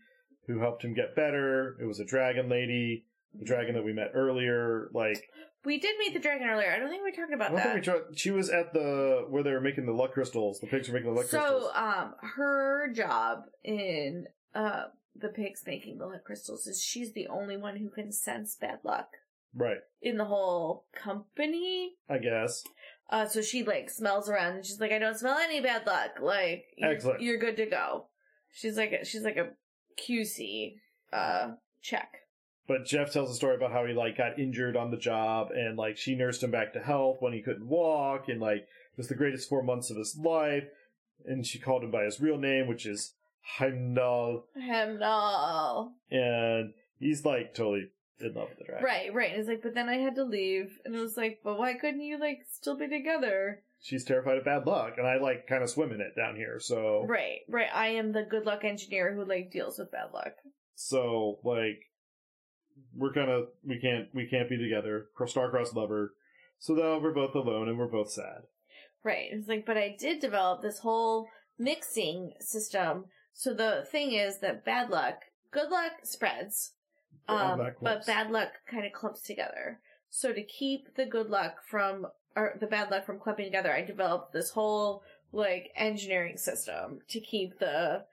Speaker 1: who helped him get better. It was a dragon lady, the dragon that we met earlier. Like,
Speaker 2: We did meet the dragon earlier. I don't think we talked
Speaker 1: I
Speaker 2: about
Speaker 1: don't
Speaker 2: that.
Speaker 1: think we tried. She was at the where they were making the luck crystals. The pigs were making the luck crystals.
Speaker 2: so, um, her job in uh the pigs making the luck crystals is she's the only one who can sense bad luck
Speaker 1: Right,
Speaker 2: in the whole company.
Speaker 1: I guess.
Speaker 2: Uh, so she like smells around and she's like, I don't smell any bad luck. Like, you're,
Speaker 1: Excellent.
Speaker 2: you're good to go. She's like, a, she's like a QC uh check.
Speaker 1: But Jeff tells a story about how he like got injured on the job and like she nursed him back to health when he couldn't walk and like It was the greatest four months of his life. And she called him by his real name, which is Heimdall.
Speaker 2: Hemnal.
Speaker 1: And he's like totally in love with the dragon.
Speaker 2: Right, right. And it's like, but then I had to leave. And it was like, but why couldn't you like still be together?
Speaker 1: She's terrified of bad luck. And I like kind of swim in it down here. So,
Speaker 2: Right, right. I am the good luck engineer who like deals with bad luck.
Speaker 1: so like, we're kind of, we can't, we can't be together. Star-crossed lover. So now we're both alone and we're both sad.
Speaker 2: Right. It's like, but I did develop this whole mixing system. So the thing is that bad luck, good luck spreads,
Speaker 1: Bad
Speaker 2: um,
Speaker 1: luck
Speaker 2: but
Speaker 1: clumps.
Speaker 2: bad luck kind of clumps together. So to keep the good luck from, or the bad luck from clumping together, I developed this whole like engineering system to keep the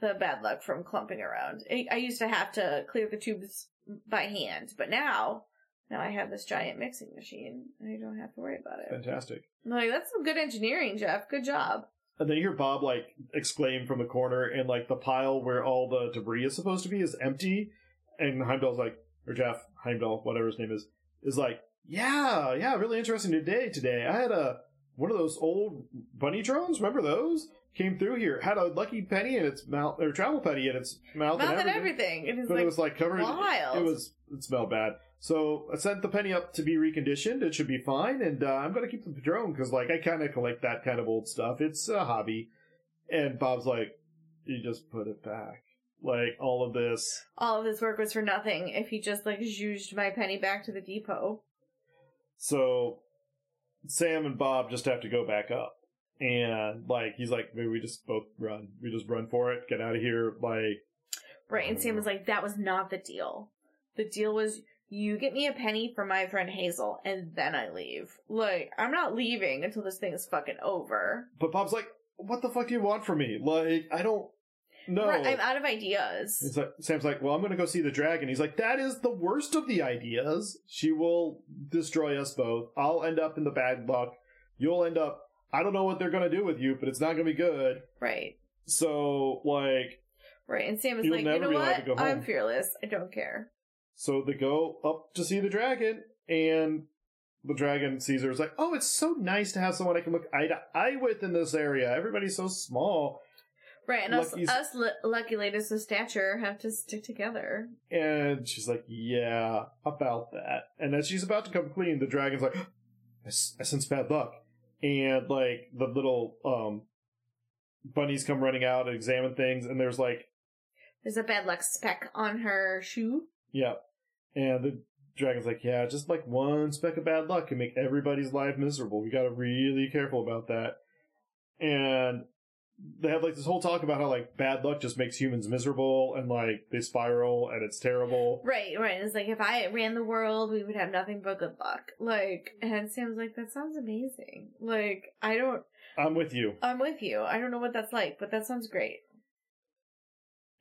Speaker 2: the bad luck from clumping around. I, I used to have to clear the tubes by hand, but now now I have this giant mixing machine. I don't have to worry about it.
Speaker 1: Fantastic.
Speaker 2: I'm like, that's some good engineering, Jeff. Good job.
Speaker 1: And then you hear Bob like exclaim from the corner, and like the pile where all the debris is supposed to be is empty. And Heimdall's like, or Jeff Heimdall, whatever his name is, is like, yeah, yeah, really interesting day today. I had a one of those old bunny drones. Remember those? Came through here, had a lucky penny in its mouth, or travel penny in its mouth,
Speaker 2: Mouth
Speaker 1: and
Speaker 2: and
Speaker 1: everything.
Speaker 2: everything. It is
Speaker 1: But
Speaker 2: like,
Speaker 1: it was like covered.
Speaker 2: wild.
Speaker 1: It was it smelled bad. So I sent the penny up to be reconditioned. It should be fine, and uh, I'm gonna keep the Padron because like I kind of collect that kind of old stuff. It's a hobby. And Bob's like, you just put it back. Like all of this.
Speaker 2: all of his work was for nothing if he just like zhuzhed my penny back to the depot.
Speaker 1: So Sam and Bob just have to go back up. And like he's like, maybe we just both run. We just run for it. Get out of here. Like
Speaker 2: Right. And
Speaker 1: Oh.
Speaker 2: Sam was like, that was not the deal. The deal was you get me a penny for my friend Hazel and then I leave. Like, I'm not leaving until this thing is fucking over.
Speaker 1: but Bob's like, what the fuck do you want from me? Like I don't know.
Speaker 2: Right, I'm out of ideas.
Speaker 1: It's like, Sam's like, well, I'm going to go see the dragon. He's like, that is the worst of the ideas. She will destroy us both. I'll end up in the bad luck. You'll end up, I don't know what they're going to do with you, but it's not going to be good.
Speaker 2: right.
Speaker 1: So, like,
Speaker 2: Right. And Sam was
Speaker 1: You'll
Speaker 2: like,
Speaker 1: never
Speaker 2: you know
Speaker 1: be allowed to
Speaker 2: what?
Speaker 1: go
Speaker 2: I'm
Speaker 1: home."
Speaker 2: fearless. I don't care.
Speaker 1: so they go up to see the dragon, and the dragon sees her. It's like, oh, it's so nice to have someone I can look eye to eye with in this area. Everybody's so small.
Speaker 2: Right. And us,
Speaker 1: Lucky's-
Speaker 2: us lu- lucky ladies of stature have to stick together.
Speaker 1: And she's like, yeah, about that. And as she's about to come clean, the dragon's like, I, s- I sense bad luck. And like the little um bunnies come running out and examine things, and there's like,
Speaker 2: There's a bad luck speck on her shoe.
Speaker 1: yeah. And the dragon's like, yeah, just like one speck of bad luck can make everybody's life miserable. We gotta really careful about that. And they have like this whole talk about how like bad luck just makes humans miserable and like they spiral and it's terrible.
Speaker 2: Right, right. It's like if I ran the world, we would have nothing but good luck. Like, and Sam's like, that sounds amazing. Like, I don't,
Speaker 1: I'm with you.
Speaker 2: I'm with you. I don't know what that's like, but that sounds great.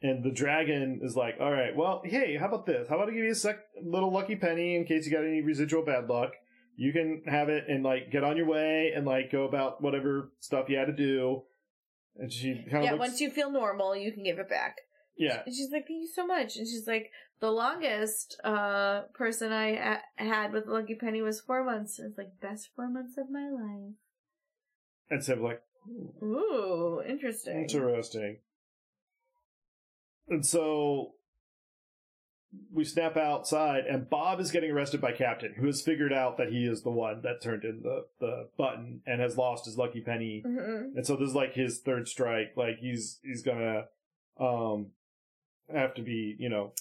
Speaker 1: And the dragon is like, all right, well, hey, how about this? How about I give you a sec- little lucky penny in case you got any residual bad luck? You can have it and like get on your way and like go about whatever stuff you had to do. And she kind of
Speaker 2: yeah,
Speaker 1: looks,
Speaker 2: once you feel normal, you can give it back.
Speaker 1: yeah,
Speaker 2: And she's like, thank you so much. And she's like, the longest uh person I a- had with Lucky Penny was four months. It's like best four months of my life.
Speaker 1: and so like
Speaker 2: Ooh, interesting.
Speaker 1: interesting. And so we snap outside, and Bob is getting arrested by Captain, who has figured out that he is the one that turned in the the button and has lost his lucky penny.
Speaker 2: Mhm.
Speaker 1: And so this is like his third strike. Like he's he's gonna um have to be, you know,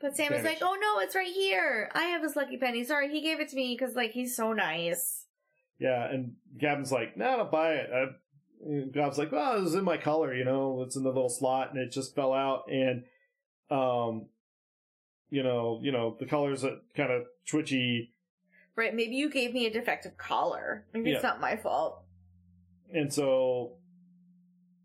Speaker 2: But Sam is like,
Speaker 1: Vanished.
Speaker 2: oh no, it's right here. I have his lucky penny. Sorry, he gave it to me because like he's so nice.
Speaker 1: yeah. And Gavin's like, no, I don't buy it. I, and Gob's like, well, it was in my collar, you know, it's in the little slot, and it just fell out. And um, you know, you know, the color's kind of twitchy.
Speaker 2: Right? Maybe you gave me a defective collar. Maybe it's
Speaker 1: Yeah.
Speaker 2: not my fault.
Speaker 1: And so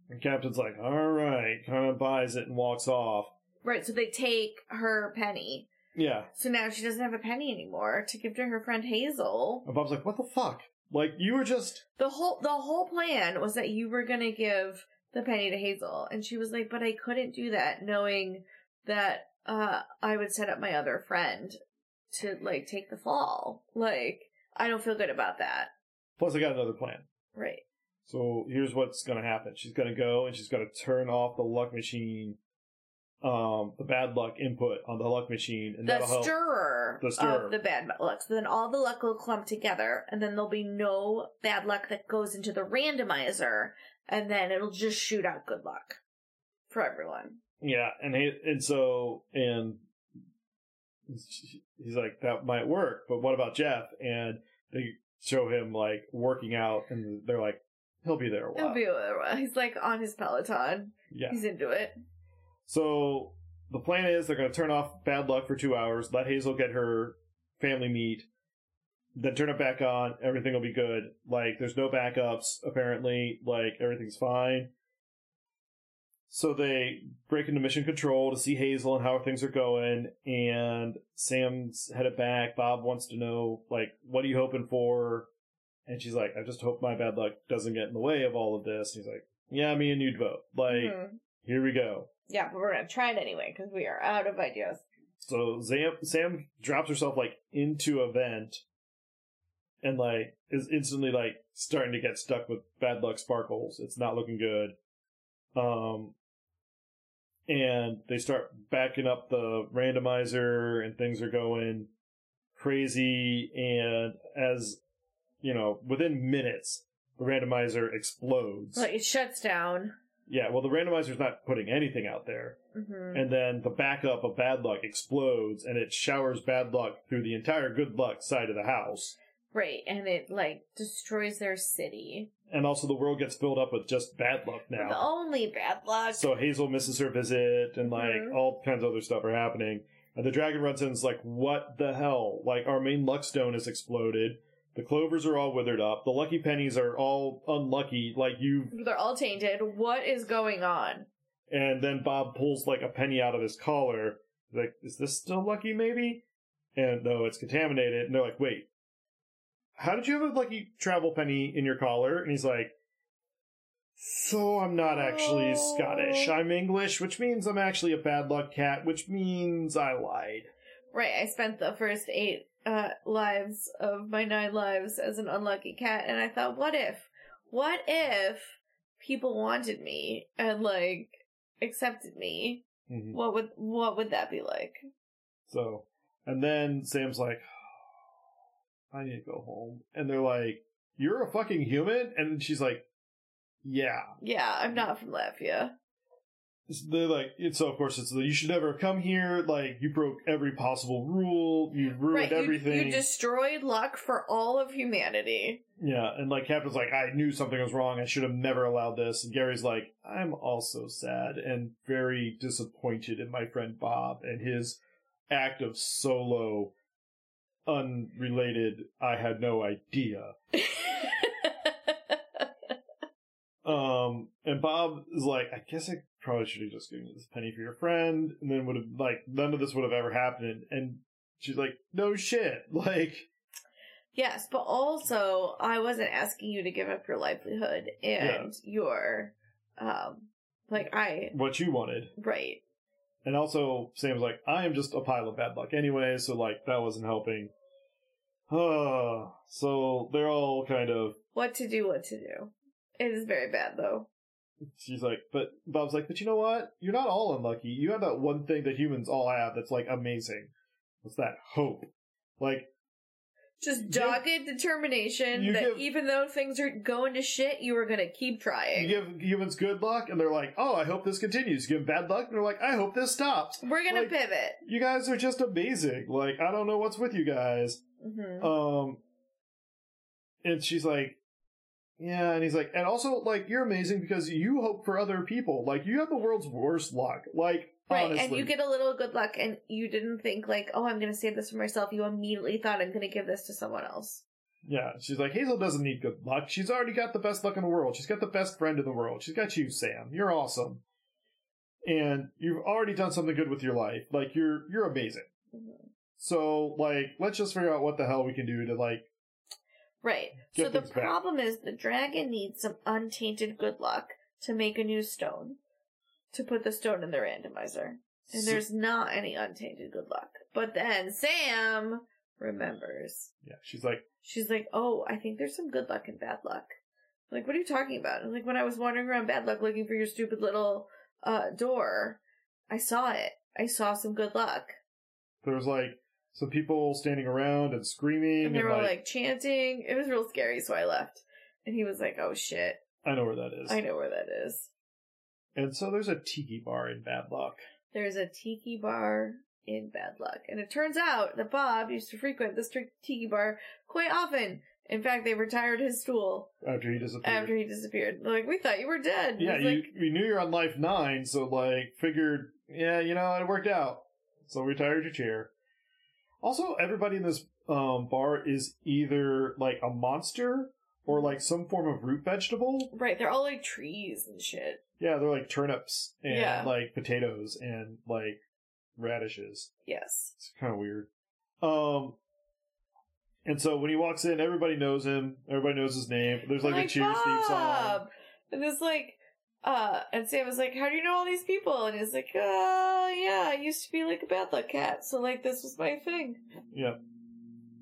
Speaker 1: the captain's like, all right, kind of buys it and walks off.
Speaker 2: Right? So they take her penny.
Speaker 1: Yeah.
Speaker 2: So now she doesn't have a penny anymore to give to her friend Hazel.
Speaker 1: And Bob's like, what the fuck? Like you were just
Speaker 2: The whole the whole plan was that you were gonna give the penny to Hazel, and she was like, but I couldn't do that knowing that uh I would set up my other friend to like take the fall. Like I don't feel good about that.
Speaker 1: plus I got another plan.
Speaker 3: Right.
Speaker 1: So here's what's gonna happen. She's gonna go and she's gonna turn off the luck machine, um, the bad luck input on the luck machine, and
Speaker 2: the
Speaker 1: that'll help.
Speaker 2: stirrer,
Speaker 1: The stirrer.
Speaker 2: of the bad luck. So then all the luck will clump together, and then there'll be no bad luck that goes into the randomizer, and then it'll just shoot out good luck for everyone.
Speaker 1: Yeah, and he, and so and he's like, that might work, but what about Jeff? And they show him like working out, and they're like, he'll be there a while.
Speaker 2: It'll be he's like on his Peloton.
Speaker 1: yeah.
Speaker 2: He's into it.
Speaker 1: So the plan is they're going to turn off bad luck for two hours, let Hazel get her family meet, then turn it back on. Everything will be good. Like there's no backups apparently. Like everything's fine. So they break into mission control to see Hazel and how things are going. And Sam's headed back. Bob wants to know like what are you hoping for? And she's like, I just hope my bad luck doesn't get in the way of all of this. And he's like, Yeah, me and you'd vote. Like
Speaker 2: Mhm.
Speaker 1: here we go.
Speaker 2: Yeah, but we're gonna try it anyway because we are out of ideas.
Speaker 1: So Sam, Sam drops herself like into a vent and like is instantly like starting to get stuck with bad luck sparkles. It's not looking good. Um, and they start backing up the randomizer and things are going crazy. And as you know, within minutes, the randomizer explodes.
Speaker 2: Like it shuts down.
Speaker 1: Yeah. Well, the randomizer's not putting anything out there
Speaker 2: hmm
Speaker 1: and then the backup of bad luck explodes and it showers bad luck through the entire good luck side of the house.
Speaker 2: Right, and it like destroys their city.
Speaker 1: And also the world gets filled up with just bad luck
Speaker 2: The
Speaker 1: now.
Speaker 2: only bad luck.
Speaker 1: So Hazel misses her visit and like
Speaker 2: Mhm.
Speaker 1: all kinds of other stuff are happening. And the dragon runs in and is like, what the hell? Like our main luck stone has exploded. The clovers are all withered up. The lucky pennies are all unlucky. Like you
Speaker 2: They're all tainted. What is going on?
Speaker 1: And then Bob pulls like a penny out of his collar. Like, is this still lucky maybe? And no, it's contaminated. And they're like, wait, how did you have a lucky travel penny in your collar? And he's like, so I'm not actually
Speaker 2: Oh.
Speaker 1: Scottish. I'm English, which means I'm actually a bad luck cat, which means I lied.
Speaker 2: Right, I spent the first eight uh, lives of my nine lives as an unlucky cat, and I thought, what if? What if people wanted me and like accepted me?
Speaker 1: Mhm.
Speaker 2: What would what would that be like?
Speaker 1: So, and then Sam's like, I need to go home. And they're like, you're a fucking human? And she's like, yeah.
Speaker 2: Yeah, I'm not from Latvia.
Speaker 1: they're like it's so of course it's the you should never have come here like you broke every possible rule you ruined
Speaker 2: right, you-
Speaker 1: everything
Speaker 2: you destroyed luck for all of humanity.
Speaker 1: yeah and like captain's like i knew something was wrong i should have never allowed this and gary's like i'm also sad and very disappointed in my friend bob and his act of solo unrelated i had no idea Um, and Bob is like, I guess I probably should have just given you this penny for your friend, and then would have like none of this would have ever happened. And she's like, No shit, like
Speaker 2: Yes, but also I wasn't asking you to give up your livelihood and your um like I
Speaker 1: what you wanted.
Speaker 2: right.
Speaker 1: And also, Sam's like, I am just a pile of bad luck anyway, so like that wasn't helping. Uh, so they're all kind of.
Speaker 2: What to do, what to do. It is very bad though.
Speaker 1: She's like, but Bob's like, but you know what? You're not all unlucky. You have that one thing that humans all have that's like amazing. What's that? Hope. Like
Speaker 2: Just
Speaker 1: You-
Speaker 2: dogged determination
Speaker 1: you
Speaker 2: that
Speaker 1: give-
Speaker 2: even though things are going to shit, you are gonna keep
Speaker 1: You
Speaker 2: trying.
Speaker 1: give humans good luck, and they're like, "Oh, I hope this continues." You give them bad luck, and they're like, "I hope this stops."
Speaker 2: We're gonna
Speaker 1: like-
Speaker 2: pivot.
Speaker 1: You guys are just amazing. Like, I don't know what's with you guys.
Speaker 2: hmm
Speaker 1: Um, and she's like, "Yeah," and he's like, "And also, like, you're amazing because you hope for other people. Like, you have the world's worst luck. Like,
Speaker 2: Right,
Speaker 1: honestly,
Speaker 2: and you get a little good luck, and you didn't think like, "Oh, I'm going to save this for myself." You immediately thought, "I'm going to give this to someone else."
Speaker 1: yeah." She's like, "Hazel doesn't need good luck. She's already got the best luck in the world. She's got the best friend in the world. She's got you, Sam. You're awesome." And you've already done something good with your life. Like you're you're amazing.
Speaker 2: Mm-hmm.
Speaker 1: So, like, let's just figure out what the hell we can do to, like,
Speaker 2: Right.
Speaker 1: Get
Speaker 2: so the
Speaker 1: things back.
Speaker 2: problem is the dragon needs some untainted good luck to make a new stone to put the stone in the randomizer. And
Speaker 1: So-
Speaker 2: there's not any untainted good luck. But then Sam remembers.
Speaker 1: yeah, she's like,
Speaker 2: She's like, "Oh, I think there's some good luck and bad luck." Like, what are you talking about? And like, when I was wandering around bad luck looking for your stupid little uh door, I saw it. I saw some good luck.
Speaker 1: There was like some people standing around and screaming.
Speaker 2: And they were like chanting. It was real scary, so I left. And he was like, Oh shit.
Speaker 1: I know where that is.
Speaker 2: I know where that is.
Speaker 1: And so there's a tiki bar in Bad Luck.
Speaker 2: There's a tiki bar in bad luck. And it turns out that Bob used to frequent this tri- tiki bar quite often. In fact, they retired his stool
Speaker 1: After he disappeared.
Speaker 2: after he disappeared. They're like, we thought you were dead.
Speaker 1: yeah,
Speaker 2: He's
Speaker 1: you,
Speaker 2: like,
Speaker 1: you knew you're on life nine, so like figured, yeah, you know, it worked out. So retired your chair. Also, everybody in this um, bar is either like a monster or like some form of root vegetable.
Speaker 2: right, they're all like trees and shit.
Speaker 1: Yeah, they're like turnips and
Speaker 2: Yeah.
Speaker 1: like potatoes and like radishes.
Speaker 2: Yes.
Speaker 1: It's kind of weird. Um, and so when he walks in, everybody knows him. Everybody knows his name. There's like, a
Speaker 2: Like,
Speaker 1: Cheers theme song.
Speaker 2: Bob! And it's like, uh, and Sam was like, how do you know all these people? And he's like, uh, yeah, I used to be like a bad luck cat. So like, this was my thing.
Speaker 1: Yep.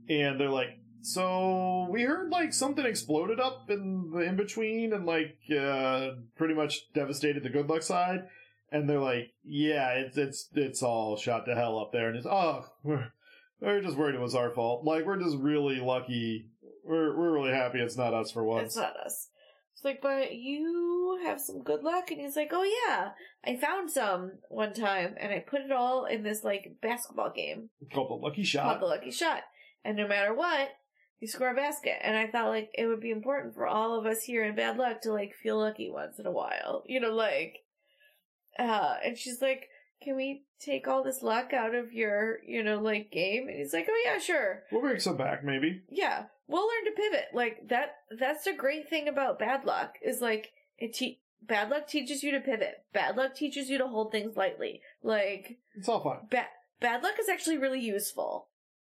Speaker 1: And they're like, so we heard like something exploded up in the in between and like uh, pretty much devastated the good luck side. And they're like, yeah, it's it's it's all shot to hell up there. And it's oh, we're we're just worried it was our fault. Like we're just really lucky. We're we're really happy it's not us for once.
Speaker 2: It's not us. It's like, but you have some good luck. And he's like, oh yeah, I found some one time and I put it all in this like basketball game
Speaker 1: It's called the lucky
Speaker 2: called
Speaker 1: shot.
Speaker 2: the lucky shot. And no matter what, you score a basket. And I thought like it would be important for all of us here in bad luck to like feel lucky once in a while. You know, like, uh, and she's like, can we take all this luck out of your, you know, like game? And he's like, oh yeah, sure
Speaker 1: we'll bring some back maybe.
Speaker 2: yeah we'll learn to pivot like that that's the great thing about bad luck is like it te- bad luck teaches you to pivot bad luck teaches you to hold things lightly like
Speaker 1: It's all fine.
Speaker 2: ba- bad luck is actually really useful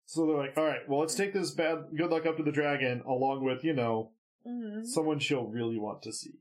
Speaker 1: So they're like, all right, well, let's take this bad good luck up to the dragon along with you know
Speaker 2: mm-hmm.
Speaker 1: someone she'll really want to see.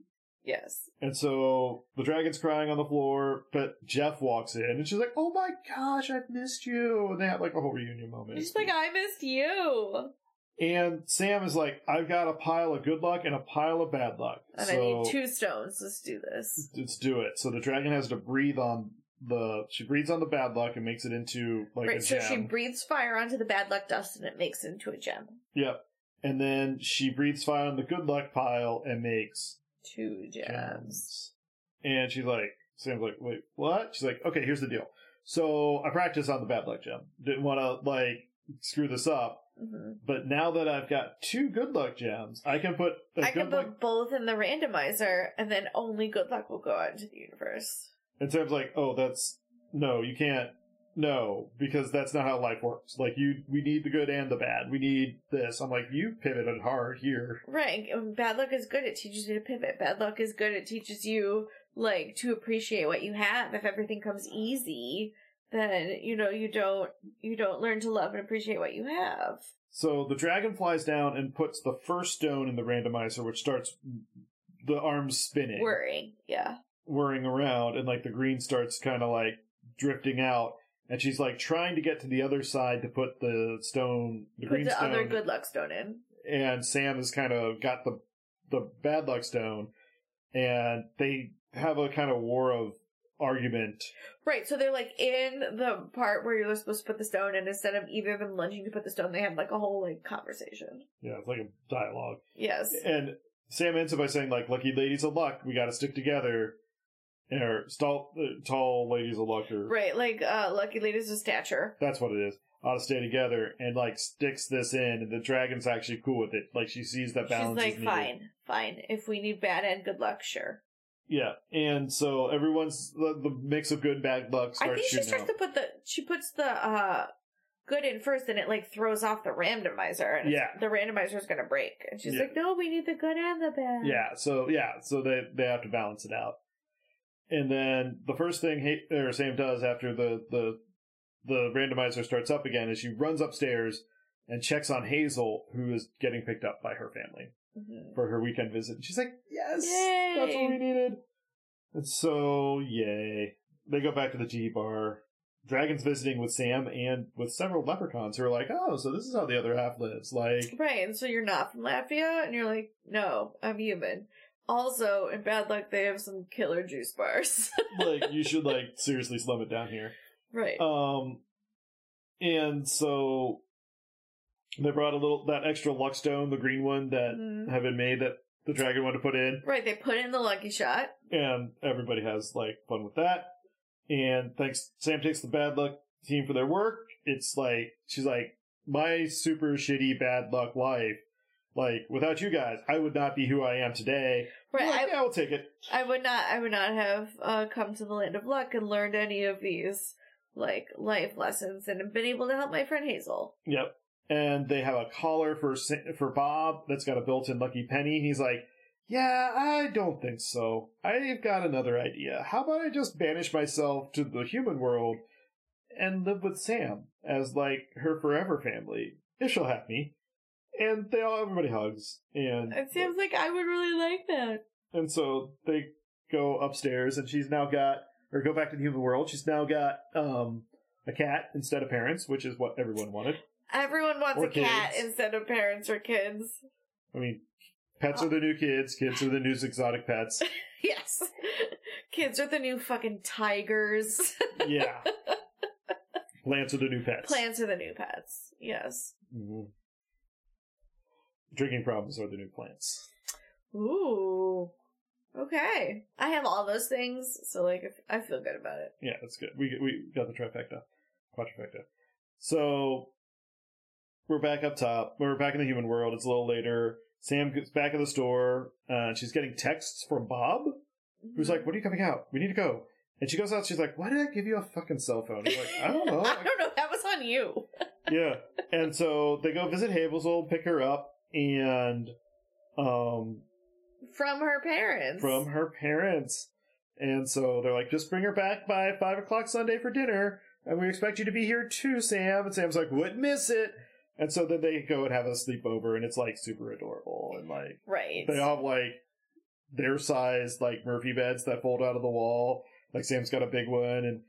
Speaker 2: yes
Speaker 1: And so the dragon's crying on the floor, but Jeff walks in and she's like, Oh my gosh, I've missed you. And they have like a whole reunion moment.
Speaker 2: she's like i missed you
Speaker 1: and Sam is like, I've got a pile of good luck and a pile of bad luck.
Speaker 2: and i
Speaker 1: so
Speaker 2: need two stones let's do this
Speaker 1: let's do it. So the dragon has to breathe on the, she breathes on the bad luck and makes it into like a
Speaker 2: right so
Speaker 1: gem.
Speaker 2: she breathes fire onto the bad luck dust and it makes it into a gem
Speaker 1: yep. And then she breathes fire on the good luck pile and makes
Speaker 2: two gems
Speaker 1: gems. And she's like, Sam's like, wait, what? She's like, okay, here's the deal. So I practiced on the bad luck gem. Didn't want to like screw this up.
Speaker 2: hmm
Speaker 1: But now that I've got two good luck gems, I can put a
Speaker 2: i
Speaker 1: good
Speaker 2: can put
Speaker 1: luck.
Speaker 2: both in the randomizer and then only good luck will go out into the universe
Speaker 1: And Sam's like, oh, that's no, you can't. No, because that's not how life works. Like you, we need the good and the bad. We need this. I'm like, you pivoted hard here.
Speaker 2: Right. and Bad luck is good. It teaches you to pivot. Bad luck is good. It teaches you, like, to appreciate what you have. If everything comes easy, then, you know, you don't, you don't learn to love and appreciate what you have.
Speaker 1: So the dragon flies down and puts the first stone in the randomizer, which starts the arms spinning.
Speaker 2: Worrying. Yeah.
Speaker 1: whirring around and like the green starts kind of like drifting out and she's like trying to get to the other side to put the stone the
Speaker 2: Put
Speaker 1: green
Speaker 2: the
Speaker 1: stone
Speaker 2: other good luck stone in.
Speaker 1: and sam has kind of got the the bad luck stone and they have a kind of war of argument
Speaker 2: Right. So they're, like, in the part where you're supposed to put the stone in. Instead of either of them lunging to put the stone, they have, like, a whole, like, conversation.
Speaker 1: yeah it's like a dialogue
Speaker 2: Yes.
Speaker 1: and sam ends it by saying like lucky ladies of luck we gotta stick together or tall, tall ladies of luck or
Speaker 2: Right. Like, uh, lucky ladies of stature.
Speaker 1: That's what it is. Ought to stay together and like sticks this in, and the dragon's actually cool with it. Like she sees that
Speaker 2: She's
Speaker 1: balance. is
Speaker 2: like,
Speaker 1: needed.
Speaker 2: fine, fine. If we need bad and good luck, sure.
Speaker 1: Yeah, and so everyone's the, the mix of good and bad luck starts
Speaker 2: I think she
Speaker 1: shooting
Speaker 2: starts
Speaker 1: out.
Speaker 2: to put the she puts the uh good in first and it like throws off the randomizer and it's-
Speaker 1: Yeah.
Speaker 2: the randomizer is gonna break and she's
Speaker 1: Yeah.
Speaker 2: like no we need the good and the bad
Speaker 1: Yeah, so yeah, so they they have to balance it out. And then the first thing Ha- or Sam does after the the the randomizer starts up again is she runs upstairs and checks on Hazel, who is getting picked up by her family.
Speaker 2: Mhm.
Speaker 1: for her weekend visit. And she's like, yes,
Speaker 2: Yay.
Speaker 1: that's what we needed. And so, yay. They go back to the tiki bar. Dragon's visiting with Sam and with several leprechauns who are like, oh, so this is how the other half lives. Like,
Speaker 2: Right, and so you're not from Latvia, and you're like, no, I'm human. Also, in bad luck, they have some killer juice bars.
Speaker 1: like you should like seriously slum it down here.
Speaker 2: right.
Speaker 1: Um, and so they brought a little that extra luck stone, the green one that
Speaker 2: Mhm.
Speaker 1: had been made that the dragon wanted to put in,
Speaker 2: Right, they put in the lucky shot.
Speaker 1: and everybody has like fun with that. And thanks, Sam takes the bad luck team for their work. It's like she's like my super shitty bad luck life. Like without you guys, I would not be who I am today.
Speaker 2: Right,
Speaker 1: Like, yeah, I'll take it.
Speaker 2: I, I would not, I would not have uh, come to the land of luck and learned any of these like life lessons, and been able to help my friend Hazel.
Speaker 1: Yep. And they have a collar for Sa- for Bob that's got a built-in lucky penny. He's like, "Yeah, I don't think so. I've got another idea. How about I just banish myself to the human world and live with Sam as like her forever family, if she'll have me." And they all everybody hugs and
Speaker 2: It seems like I would really like that.
Speaker 1: and so they go upstairs, and she's now got, or go back to the human world. She's now got um, a cat instead of parents, which is what everyone wanted.
Speaker 2: Everyone wants
Speaker 1: Or
Speaker 2: a cat
Speaker 1: kids.
Speaker 2: instead of parents or kids.
Speaker 1: I mean, pets are the new kids. Kids are the new exotic pets.
Speaker 2: Yes. Kids are the new fucking tigers.
Speaker 1: Yeah. Plants are the new pets.
Speaker 2: Plants are the new pets. Yes.
Speaker 1: Mhm. Drinking problems are the new plants.
Speaker 2: Ooh. Okay. I have all those things, so like if- I feel good about it.
Speaker 1: Yeah, that's good. We we got the trifecta, quadrifecta. So we're back up top. We're back in the human world. It's a little later. Sam gets back at the store. Uh, she's getting texts from Bob, who's like, "When are you coming out? We need to go." And she goes out. She's like, "Why did I give you a fucking cell phone?" He's like, "I don't know.
Speaker 2: I don't know. That was on you.
Speaker 1: yeah. And so they go visit Hazel's, pick her up, and um,
Speaker 2: From her parents.
Speaker 1: from her parents. And so they're like, just bring her back by five o'clock Sunday for dinner, and we expect you to be here too, Sam. And Sam's like, wouldn't miss it. And so then they go and have a sleepover, and it's like super adorable, and like
Speaker 2: Right.
Speaker 1: they all have like their size like Murphy beds that fold out of the wall. Like Sam's got a big one, and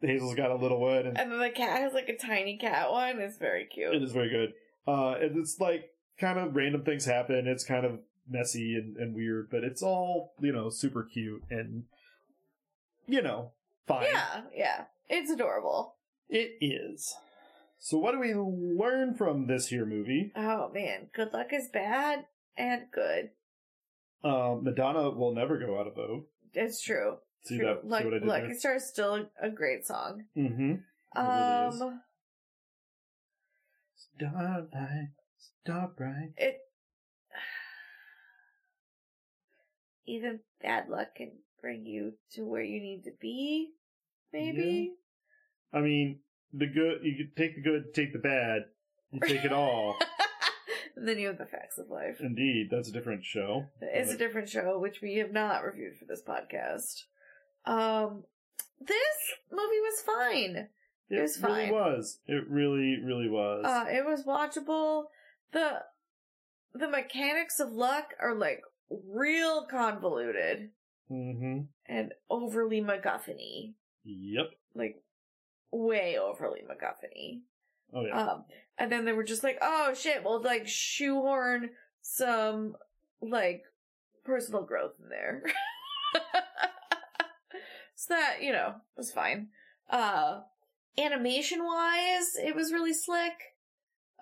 Speaker 1: Hazel's got a little one, and
Speaker 2: and then the cat has like a tiny cat one. It's very
Speaker 1: It
Speaker 2: cute.
Speaker 1: is very good. Uh, and it's like kind of random things happen. It's kind of messy and, and weird, but it's all, you know, super cute and, you know, fine.
Speaker 2: Yeah. Yeah. It's adorable.
Speaker 1: It is. So what do we learn from this here movie?
Speaker 2: Oh man. Good luck is bad and good.
Speaker 1: Um, Madonna will never go out of vogue.
Speaker 2: It's true.
Speaker 1: See
Speaker 2: true.
Speaker 1: that?
Speaker 2: Luck-
Speaker 1: see what I did
Speaker 2: Lucky Star is still a great song.
Speaker 1: there? Mm-hmm. It really is.
Speaker 2: Um,
Speaker 1: Starlight, star bright.
Speaker 2: it even bad luck can bring you to where you need to be. Maybe
Speaker 1: I mean, the good, you could take the good, take the bad, you take it all.
Speaker 2: And then you have the facts of life.
Speaker 1: Indeed, that's a different show.
Speaker 2: It's a different show, which we have not reviewed for this podcast. Um, this movie was fine. It was
Speaker 1: really
Speaker 2: fine.
Speaker 1: was. It really, really was.
Speaker 2: Uh, it was watchable. the The mechanics of luck are like real convoluted
Speaker 1: mm-hmm.
Speaker 2: and overly MacGuffin-y.
Speaker 1: Yep.
Speaker 2: like way overly MacGuffin-y.
Speaker 1: Oh yeah.
Speaker 2: Um, and then they were just like, oh shit, we'll like shoehorn some like personal growth in there. so that, you know, was fine. Uh, animation wise, it was really slick.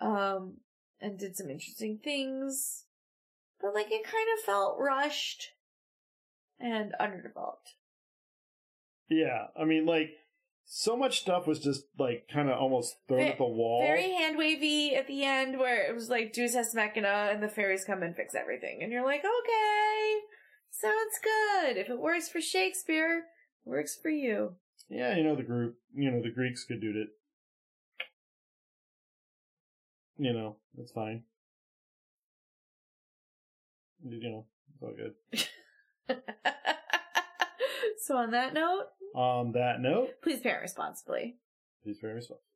Speaker 2: Um, and did some interesting things. But like it kind of felt rushed and underdeveloped.
Speaker 1: yeah. I mean, like, so much stuff was just like kind of almost thrown
Speaker 2: Ve-
Speaker 1: at the wall.
Speaker 2: very hand wavy at the end where it was like Deus has machina and the fairies come and fix everything and you're like okay sounds good if it works for shakespeare works for you
Speaker 1: yeah, you know the group. You know the Greeks could do it. You know, it's fine. You know, it's all good.
Speaker 2: so on that note
Speaker 1: On that note,
Speaker 2: please parent responsibly
Speaker 1: please very responsible.